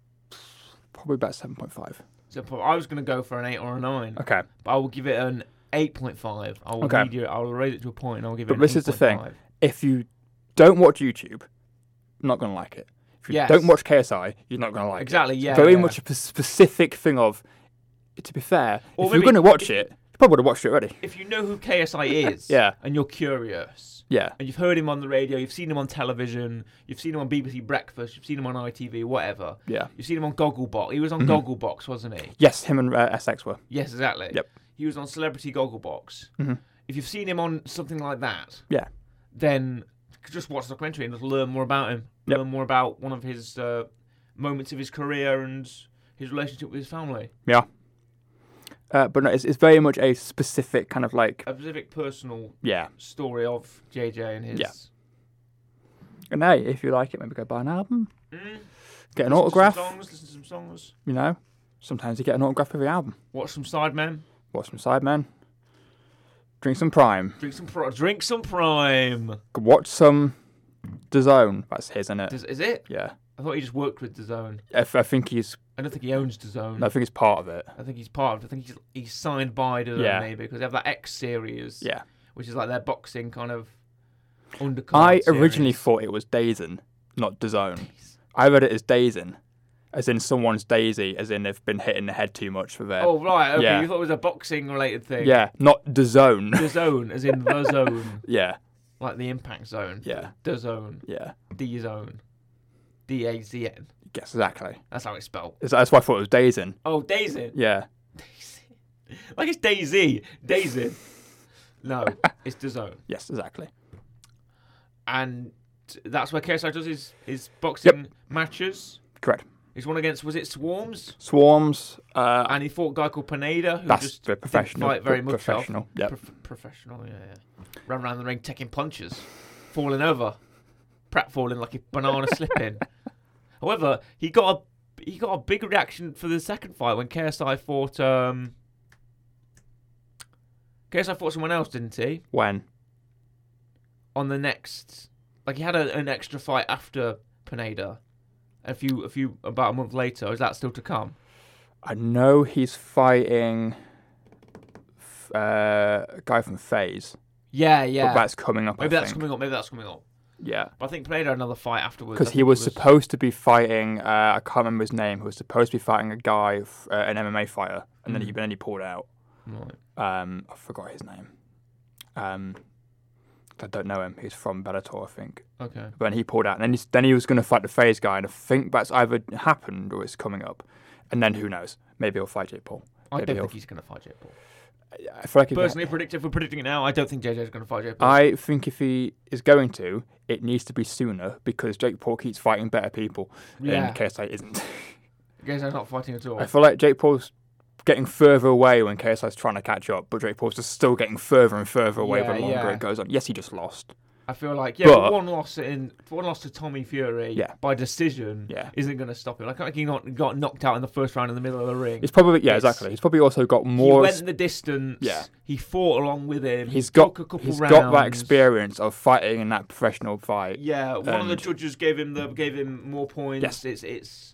Speaker 2: probably about seven point five.
Speaker 1: So pro- I was going to go for an eight or a nine,
Speaker 2: Okay.
Speaker 1: but I will give it an. 8.5. I will
Speaker 2: Okay.
Speaker 1: read you, I will raise it to a point and I'll give it
Speaker 2: But
Speaker 1: an
Speaker 2: this is the thing.
Speaker 1: 8.5.
Speaker 2: if you don't watch YouTube, you're not going to like it. If you
Speaker 1: Yes.
Speaker 2: don't watch KSI, you're not going to like
Speaker 1: Exactly,
Speaker 2: it.
Speaker 1: yeah,
Speaker 2: Very
Speaker 1: yeah.
Speaker 2: much a p- specific thing of, to be fair,
Speaker 1: Or
Speaker 2: if you're
Speaker 1: maybe-
Speaker 2: going to watch it, probably would have watched it already.
Speaker 1: If you know who KSI is,
Speaker 2: Yeah.
Speaker 1: and you're curious,
Speaker 2: Yeah.
Speaker 1: and you've heard him on the radio, you've seen him on television, you've seen him on BBC Breakfast, you've seen him on ITV, whatever.
Speaker 2: Yeah.
Speaker 1: You've seen him on Gogglebox. He was on Gogglebox, wasn't he?
Speaker 2: Yes, him and uh, SX were.
Speaker 1: Yes, exactly.
Speaker 2: Yep.
Speaker 1: He was on Celebrity Gogglebox.
Speaker 2: Mhm.
Speaker 1: If you've seen him on something like that,
Speaker 2: Yeah.
Speaker 1: then just watch the documentary and just learn more about him.
Speaker 2: Yep.
Speaker 1: Learn more about one of his uh, moments of his career and his relationship with his family.
Speaker 2: Yeah. Uh, but no, it's, it's very much a specific kind of like,
Speaker 1: A specific personal
Speaker 2: yeah.
Speaker 1: story of JJ and his.
Speaker 2: Yeah. And hey, if you like it, maybe go buy an album,
Speaker 1: Mm.
Speaker 2: get an
Speaker 1: Listen to some
Speaker 2: autograph,
Speaker 1: songs, listen to some songs.
Speaker 2: you know. Sometimes you get an autograph every album.
Speaker 1: Watch some Sidemen.
Speaker 2: Watch some Sidemen. Drink some Prime.
Speaker 1: Drink some. Pro- drink some Prime.
Speaker 2: Watch some DAZN. That's his, isn't it?
Speaker 1: Does, is it?
Speaker 2: yeah.
Speaker 1: I thought he just worked with DAZN.
Speaker 2: I, f- I think he's.
Speaker 1: I don't think he owns DAZN.
Speaker 2: I think he's part of it.
Speaker 1: I think he's part of. I think he's he's signed by DAZN
Speaker 2: Yeah.
Speaker 1: maybe because they have that X series,
Speaker 2: Yeah.
Speaker 1: which is like their boxing kind of undercard.
Speaker 2: I
Speaker 1: series.
Speaker 2: originally thought it was Dazen, not DAZN. I read it as Dazen, as in someone's daisy, as in they've been hit in the head too much for their.
Speaker 1: Oh right, okay.
Speaker 2: Yeah.
Speaker 1: You thought it was a boxing related thing.
Speaker 2: yeah, not DAZN.
Speaker 1: The zone, as in the zone,
Speaker 2: yeah,
Speaker 1: like the impact zone.
Speaker 2: yeah,
Speaker 1: The zone,
Speaker 2: yeah.
Speaker 1: D zone, D A Z N.
Speaker 2: Yes, exactly.
Speaker 1: That's how it's spelled.
Speaker 2: It's- That's why I thought it was Dazen.
Speaker 1: Oh, Daisy.
Speaker 2: Yeah,
Speaker 1: Like it's Daisy. Daisy. No, it's the zone,
Speaker 2: yes, exactly.
Speaker 1: and that's where KSI does his his boxing matches.
Speaker 2: Correct.
Speaker 1: He's one against was it Swarms,
Speaker 2: Swarms. Uh,
Speaker 1: and he fought a guy called Pineda, who
Speaker 2: that's
Speaker 1: just
Speaker 2: the professional.
Speaker 1: didn't fight very
Speaker 2: pro-
Speaker 1: much. off.
Speaker 2: professional. Yeah.
Speaker 1: Prof- professional, yeah, yeah. Ran around the ring taking punches, falling over, Pratt falling like a banana slipping. However, he got a he got a big reaction for the second fight when KSI fought um KSI fought someone else, didn't he?
Speaker 2: When?
Speaker 1: On the next, like he had a, an extra fight after Pineda, a few a few about a month later. Is that still to come?
Speaker 2: I know he's fighting f- uh, a guy from Phase,
Speaker 1: Yeah,
Speaker 2: but
Speaker 1: yeah.
Speaker 2: that's coming up. I
Speaker 1: Maybe that's
Speaker 2: think.
Speaker 1: coming up. Maybe that's coming up.
Speaker 2: Yeah,
Speaker 1: But I think Pineda had another fight afterwards. I
Speaker 2: because he
Speaker 1: think
Speaker 2: was
Speaker 1: it
Speaker 2: supposed to be fighting. Uh, I can't remember his name. Who was supposed to be fighting a guy, f- uh, an MMA fighter, and then he
Speaker 1: Mm.
Speaker 2: then he pulled out.
Speaker 1: Right.
Speaker 2: Um, I forgot his name. Um, I don't know him. He's from Bellator, I think.
Speaker 1: Okay.
Speaker 2: But then he pulled out, and then, he's, then he was going to fight the Phase guy, and I think that's either happened or it's coming up. And then who knows? Maybe he'll fight Jake Paul.
Speaker 1: I
Speaker 2: Maybe
Speaker 1: don't
Speaker 2: he'll-
Speaker 1: think he's going to fight Jake Paul.
Speaker 2: I feel like if he-
Speaker 1: Personally, predict if we're predicting it now, I don't think JJ's going to fight Jake Paul.
Speaker 2: I think if he is going to, it needs to be sooner because Jake Paul keeps fighting better people,
Speaker 1: Yeah.
Speaker 2: and KSI isn't.
Speaker 1: JJ's not fighting at all.
Speaker 2: I feel like Jake Paul's getting further away when KSI's trying to catch up, but Jake Paul's just still getting further and further away the
Speaker 1: Yeah,
Speaker 2: longer
Speaker 1: yeah.
Speaker 2: it goes on. Yes, he just lost.
Speaker 1: I feel like yeah,
Speaker 2: But-
Speaker 1: one loss in one loss to Tommy Fury
Speaker 2: Yeah.
Speaker 1: by decision
Speaker 2: Yeah.
Speaker 1: isn't going to stop him. Like, like he not, got knocked out in the first round in the middle of the ring.
Speaker 2: He's probably yeah,
Speaker 1: Yes.
Speaker 2: exactly. He's probably also got
Speaker 1: he
Speaker 2: more.
Speaker 1: went the distance.
Speaker 2: Yeah.
Speaker 1: He fought along with him.
Speaker 2: he's
Speaker 1: took
Speaker 2: got
Speaker 1: a couple
Speaker 2: he's
Speaker 1: rounds.
Speaker 2: got that experience of fighting in that professional fight.
Speaker 1: Yeah. One of the
Speaker 2: and-
Speaker 1: judges gave him the gave him more points.
Speaker 2: Yes.
Speaker 1: It's it's.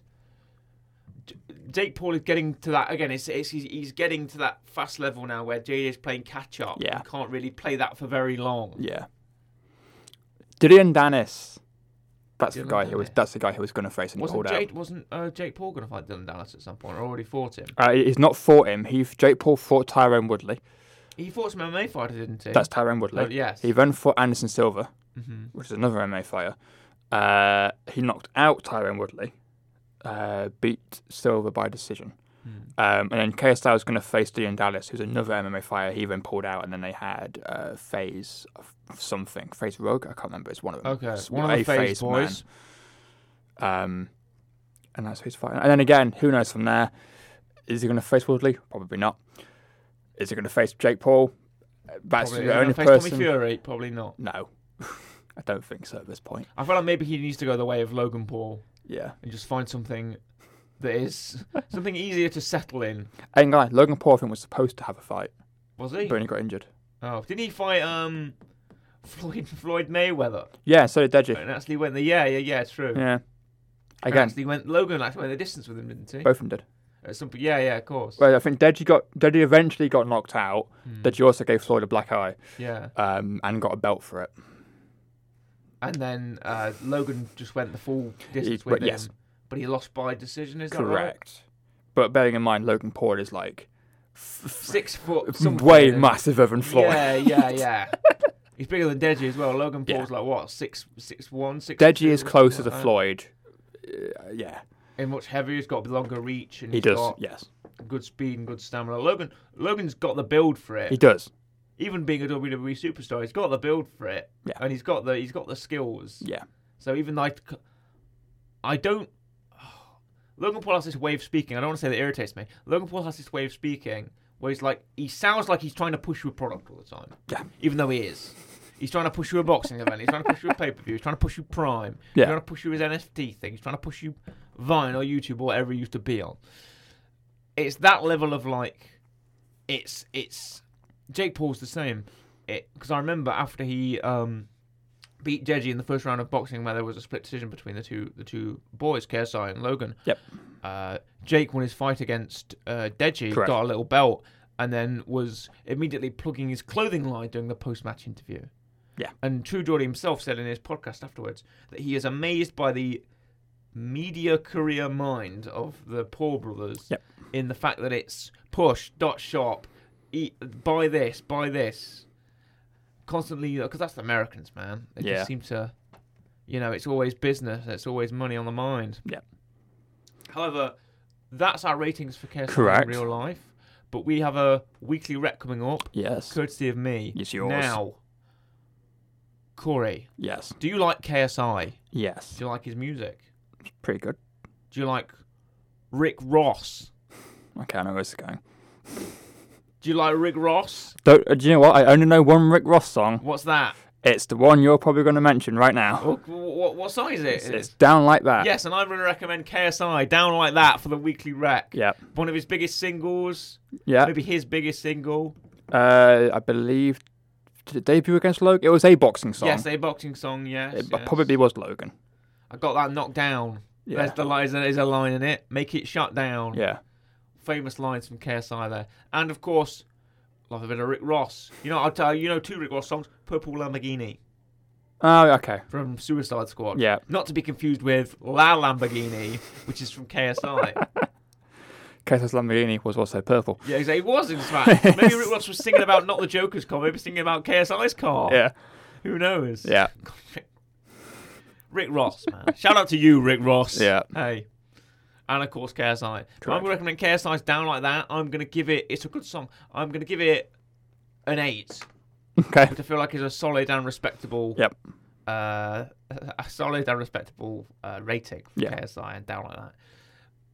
Speaker 1: J- Jake Paul is getting to that again. It's, it's he's, he's getting to that fast level now where JJ's playing catch up.
Speaker 2: Yeah.
Speaker 1: He can't really play that for very long.
Speaker 2: Yeah. Dillian Danis. That's the
Speaker 1: Dylan
Speaker 2: guy who was.
Speaker 1: Dennis.
Speaker 2: That's the guy who was going to face and he
Speaker 1: Wasn't
Speaker 2: pulled out.
Speaker 1: Jake, wasn't uh, Jake Paul going to fight Dylan Dallas at some point? Or already fought him?
Speaker 2: Uh, he's not fought him. He Jake Paul fought Tyrone Woodley.
Speaker 1: He fought some MMA fighter, didn't he?
Speaker 2: That's Tyrone Woodley.
Speaker 1: oh, yes.
Speaker 2: He then fought Anderson Silva,
Speaker 1: hmm
Speaker 2: which is another MMA fighter. Uh, he knocked out Tyrone Woodley, uh, beat Silva by decision.
Speaker 1: Mm-hmm.
Speaker 2: Um, and then KSI was going to face Dean Dallas, who's another MMA fighter. He then pulled out, and then they had uh, Phase of something, Phase Rogue. I can't remember. It's one of them.
Speaker 1: Okay,
Speaker 2: It's
Speaker 1: one of the
Speaker 2: a
Speaker 1: phase
Speaker 2: FaZe man.
Speaker 1: boys.
Speaker 2: Um, and that's who he's fighting. And then again, who knows from there? Is he going to face Woodley? Probably not. Is he going to face Jake Paul? Uh, That's
Speaker 1: Probably
Speaker 2: the
Speaker 1: gonna
Speaker 2: only
Speaker 1: face
Speaker 2: person.
Speaker 1: Tommy Fury, probably not.
Speaker 2: No, I don't think so at this point.
Speaker 1: I feel like maybe he needs to go the way of Logan Paul
Speaker 2: Yeah.
Speaker 1: and just find something that is something easier to settle in.
Speaker 2: And guy, Logan Paul, I think, was supposed to have a fight,
Speaker 1: Was he?
Speaker 2: but only got injured.
Speaker 1: Oh, didn't he fight um Floyd Floyd Mayweather?
Speaker 2: Yeah, so did Deji.
Speaker 1: And actually went the yeah yeah yeah true.
Speaker 2: Yeah.
Speaker 1: And
Speaker 2: Again,
Speaker 1: actually went Logan actually went the distance with him, didn't he?
Speaker 2: both of them did.
Speaker 1: At some, yeah yeah of course.
Speaker 2: Well, I think Deji got Deji eventually got knocked out.
Speaker 1: Hmm,
Speaker 2: Deji also gave Floyd a black eye
Speaker 1: Yeah.
Speaker 2: um, and got a belt for it.
Speaker 1: And then uh, Logan just went the full distance
Speaker 2: He-
Speaker 1: with him.
Speaker 2: yes.
Speaker 1: But he lost by decision, is that right?
Speaker 2: Correct. But bearing in mind, Logan Paul is like
Speaker 1: six foot. something.
Speaker 2: way massive Evan Floyd.
Speaker 1: Yeah, yeah, yeah. He's bigger than Deji as well. Logan
Speaker 2: Yeah.
Speaker 1: Paul's like what six, six one, six.
Speaker 2: Deji
Speaker 1: two,
Speaker 2: is closer to
Speaker 1: something like
Speaker 2: Floyd. Uh, yeah,
Speaker 1: that. And much heavier. He's got longer reach and
Speaker 2: he
Speaker 1: he's
Speaker 2: does.
Speaker 1: got
Speaker 2: Yes,
Speaker 1: good speed and good stamina. Logan, Logan's got the build for it.
Speaker 2: he does.
Speaker 1: Even being a WWE superstar, he's got the build for it,
Speaker 2: Yeah.
Speaker 1: and he's got the he's got the skills.
Speaker 2: Yeah,
Speaker 1: So even like, I don't. Logan Paul has this way of speaking. I don't want to say that irritates me. Logan Paul has this way of speaking where he's like, he sounds like he's trying to push you a product all the time.
Speaker 2: Yeah.
Speaker 1: Even though he is. He's trying to push you a boxing event. He's trying to push you a pay per view. He's trying to push you Prime.
Speaker 2: Yeah.
Speaker 1: He's trying to push you his NFT thing. He's trying to push you Vine or YouTube or whatever he used to be on. It's that level of like, it's it's Jake Paul's the same. Because I remember after he um, beat Jeji in the first round of boxing, where there was a split decision between the two the two boys, KSI and Logan.
Speaker 2: Yep.
Speaker 1: Uh, Jake won his fight against uh, Deji,
Speaker 2: Correct.
Speaker 1: got a little belt, and then was immediately plugging his clothing line during the post match interview.
Speaker 2: Yeah.
Speaker 1: And True Geordie himself said in his podcast afterwards that he is amazed by the media career mind of the Paul brothers
Speaker 2: Yep.
Speaker 1: in the fact that it's push, dot shop, eat, buy this, buy this. Constantly, because that's the Americans, man. They
Speaker 2: Yeah.
Speaker 1: just seem to, you know, it's always business, it's always money on the mind.
Speaker 2: Yep.
Speaker 1: However, that's our ratings for Care
Speaker 2: Correct.
Speaker 1: in real life. But we have a weekly rep coming up,
Speaker 2: yes,
Speaker 1: courtesy of me.
Speaker 2: It's yours.
Speaker 1: Now, Corey,
Speaker 2: yes,
Speaker 1: do you like KSI?
Speaker 2: yes.
Speaker 1: Do you like his music?
Speaker 2: Pretty good.
Speaker 1: Do you like Rick Ross?
Speaker 2: Okay, I know where it's going.
Speaker 1: Do you like Rick Ross?
Speaker 2: Don't, uh, do you know what? I only know one Rick Ross song.
Speaker 1: What's that?
Speaker 2: It's the one you're probably going to mention right now.
Speaker 1: What, what, what song is Oh, it?
Speaker 2: It's, it's uh, down like that.
Speaker 1: yes, and I'm going to recommend KSI Down Like That for the weekly rec.
Speaker 2: Yeah. Uh,
Speaker 1: One of his biggest singles,
Speaker 2: Yeah.
Speaker 1: maybe his biggest single.
Speaker 2: Uh, I believe did it debut against Logan? It was a boxing song.
Speaker 1: Yes, a boxing song, yes.
Speaker 2: it uh,
Speaker 1: yes.
Speaker 2: probably was Logan.
Speaker 1: I got that knocked down.
Speaker 2: Yeah.
Speaker 1: There's the line, there's a line in it. Make it shut down.
Speaker 2: Yeah.
Speaker 1: Famous lines from KSI there. And of course, love a bit of Rick Ross. You know, I'll tell you, you know two Rick Ross songs, Purple Lamborghini
Speaker 2: Oh, okay.
Speaker 1: from Suicide Squad.
Speaker 2: Yeah.
Speaker 1: Not to be confused with La Lamborghini, which is from KSI.
Speaker 2: Casas Lamborghini was also purple.
Speaker 1: yeah, he said he was in fact. Maybe Rick Ross was singing about not the Joker's car, maybe singing about KSI's car.
Speaker 2: Yeah.
Speaker 1: Who knows?
Speaker 2: Yeah.
Speaker 1: Rick Ross, man. Shout out to you, Rick Ross.
Speaker 2: Yeah.
Speaker 1: Hey. And of course, KSI. But I'm going to recommend KSI's Down Like That. I'm going to give it, it's a good song. I'm going to give it an 8,
Speaker 2: Okay.
Speaker 1: which I feel like is a solid and respectable.
Speaker 2: Yep.
Speaker 1: Uh, a solid and respectable uh, rating for
Speaker 2: Yeah.
Speaker 1: KSI and Down Like That.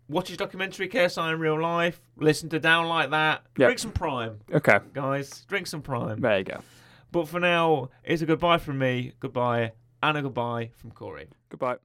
Speaker 1: Watch his documentary, KSI in Real Life. Listen to Down Like That.
Speaker 2: Yep.
Speaker 1: Drink some Prime,
Speaker 2: Okay.
Speaker 1: guys. Drink some Prime.
Speaker 2: There you go.
Speaker 1: But for now, it's a goodbye from me. Goodbye. And a goodbye from Corey.
Speaker 2: Goodbye.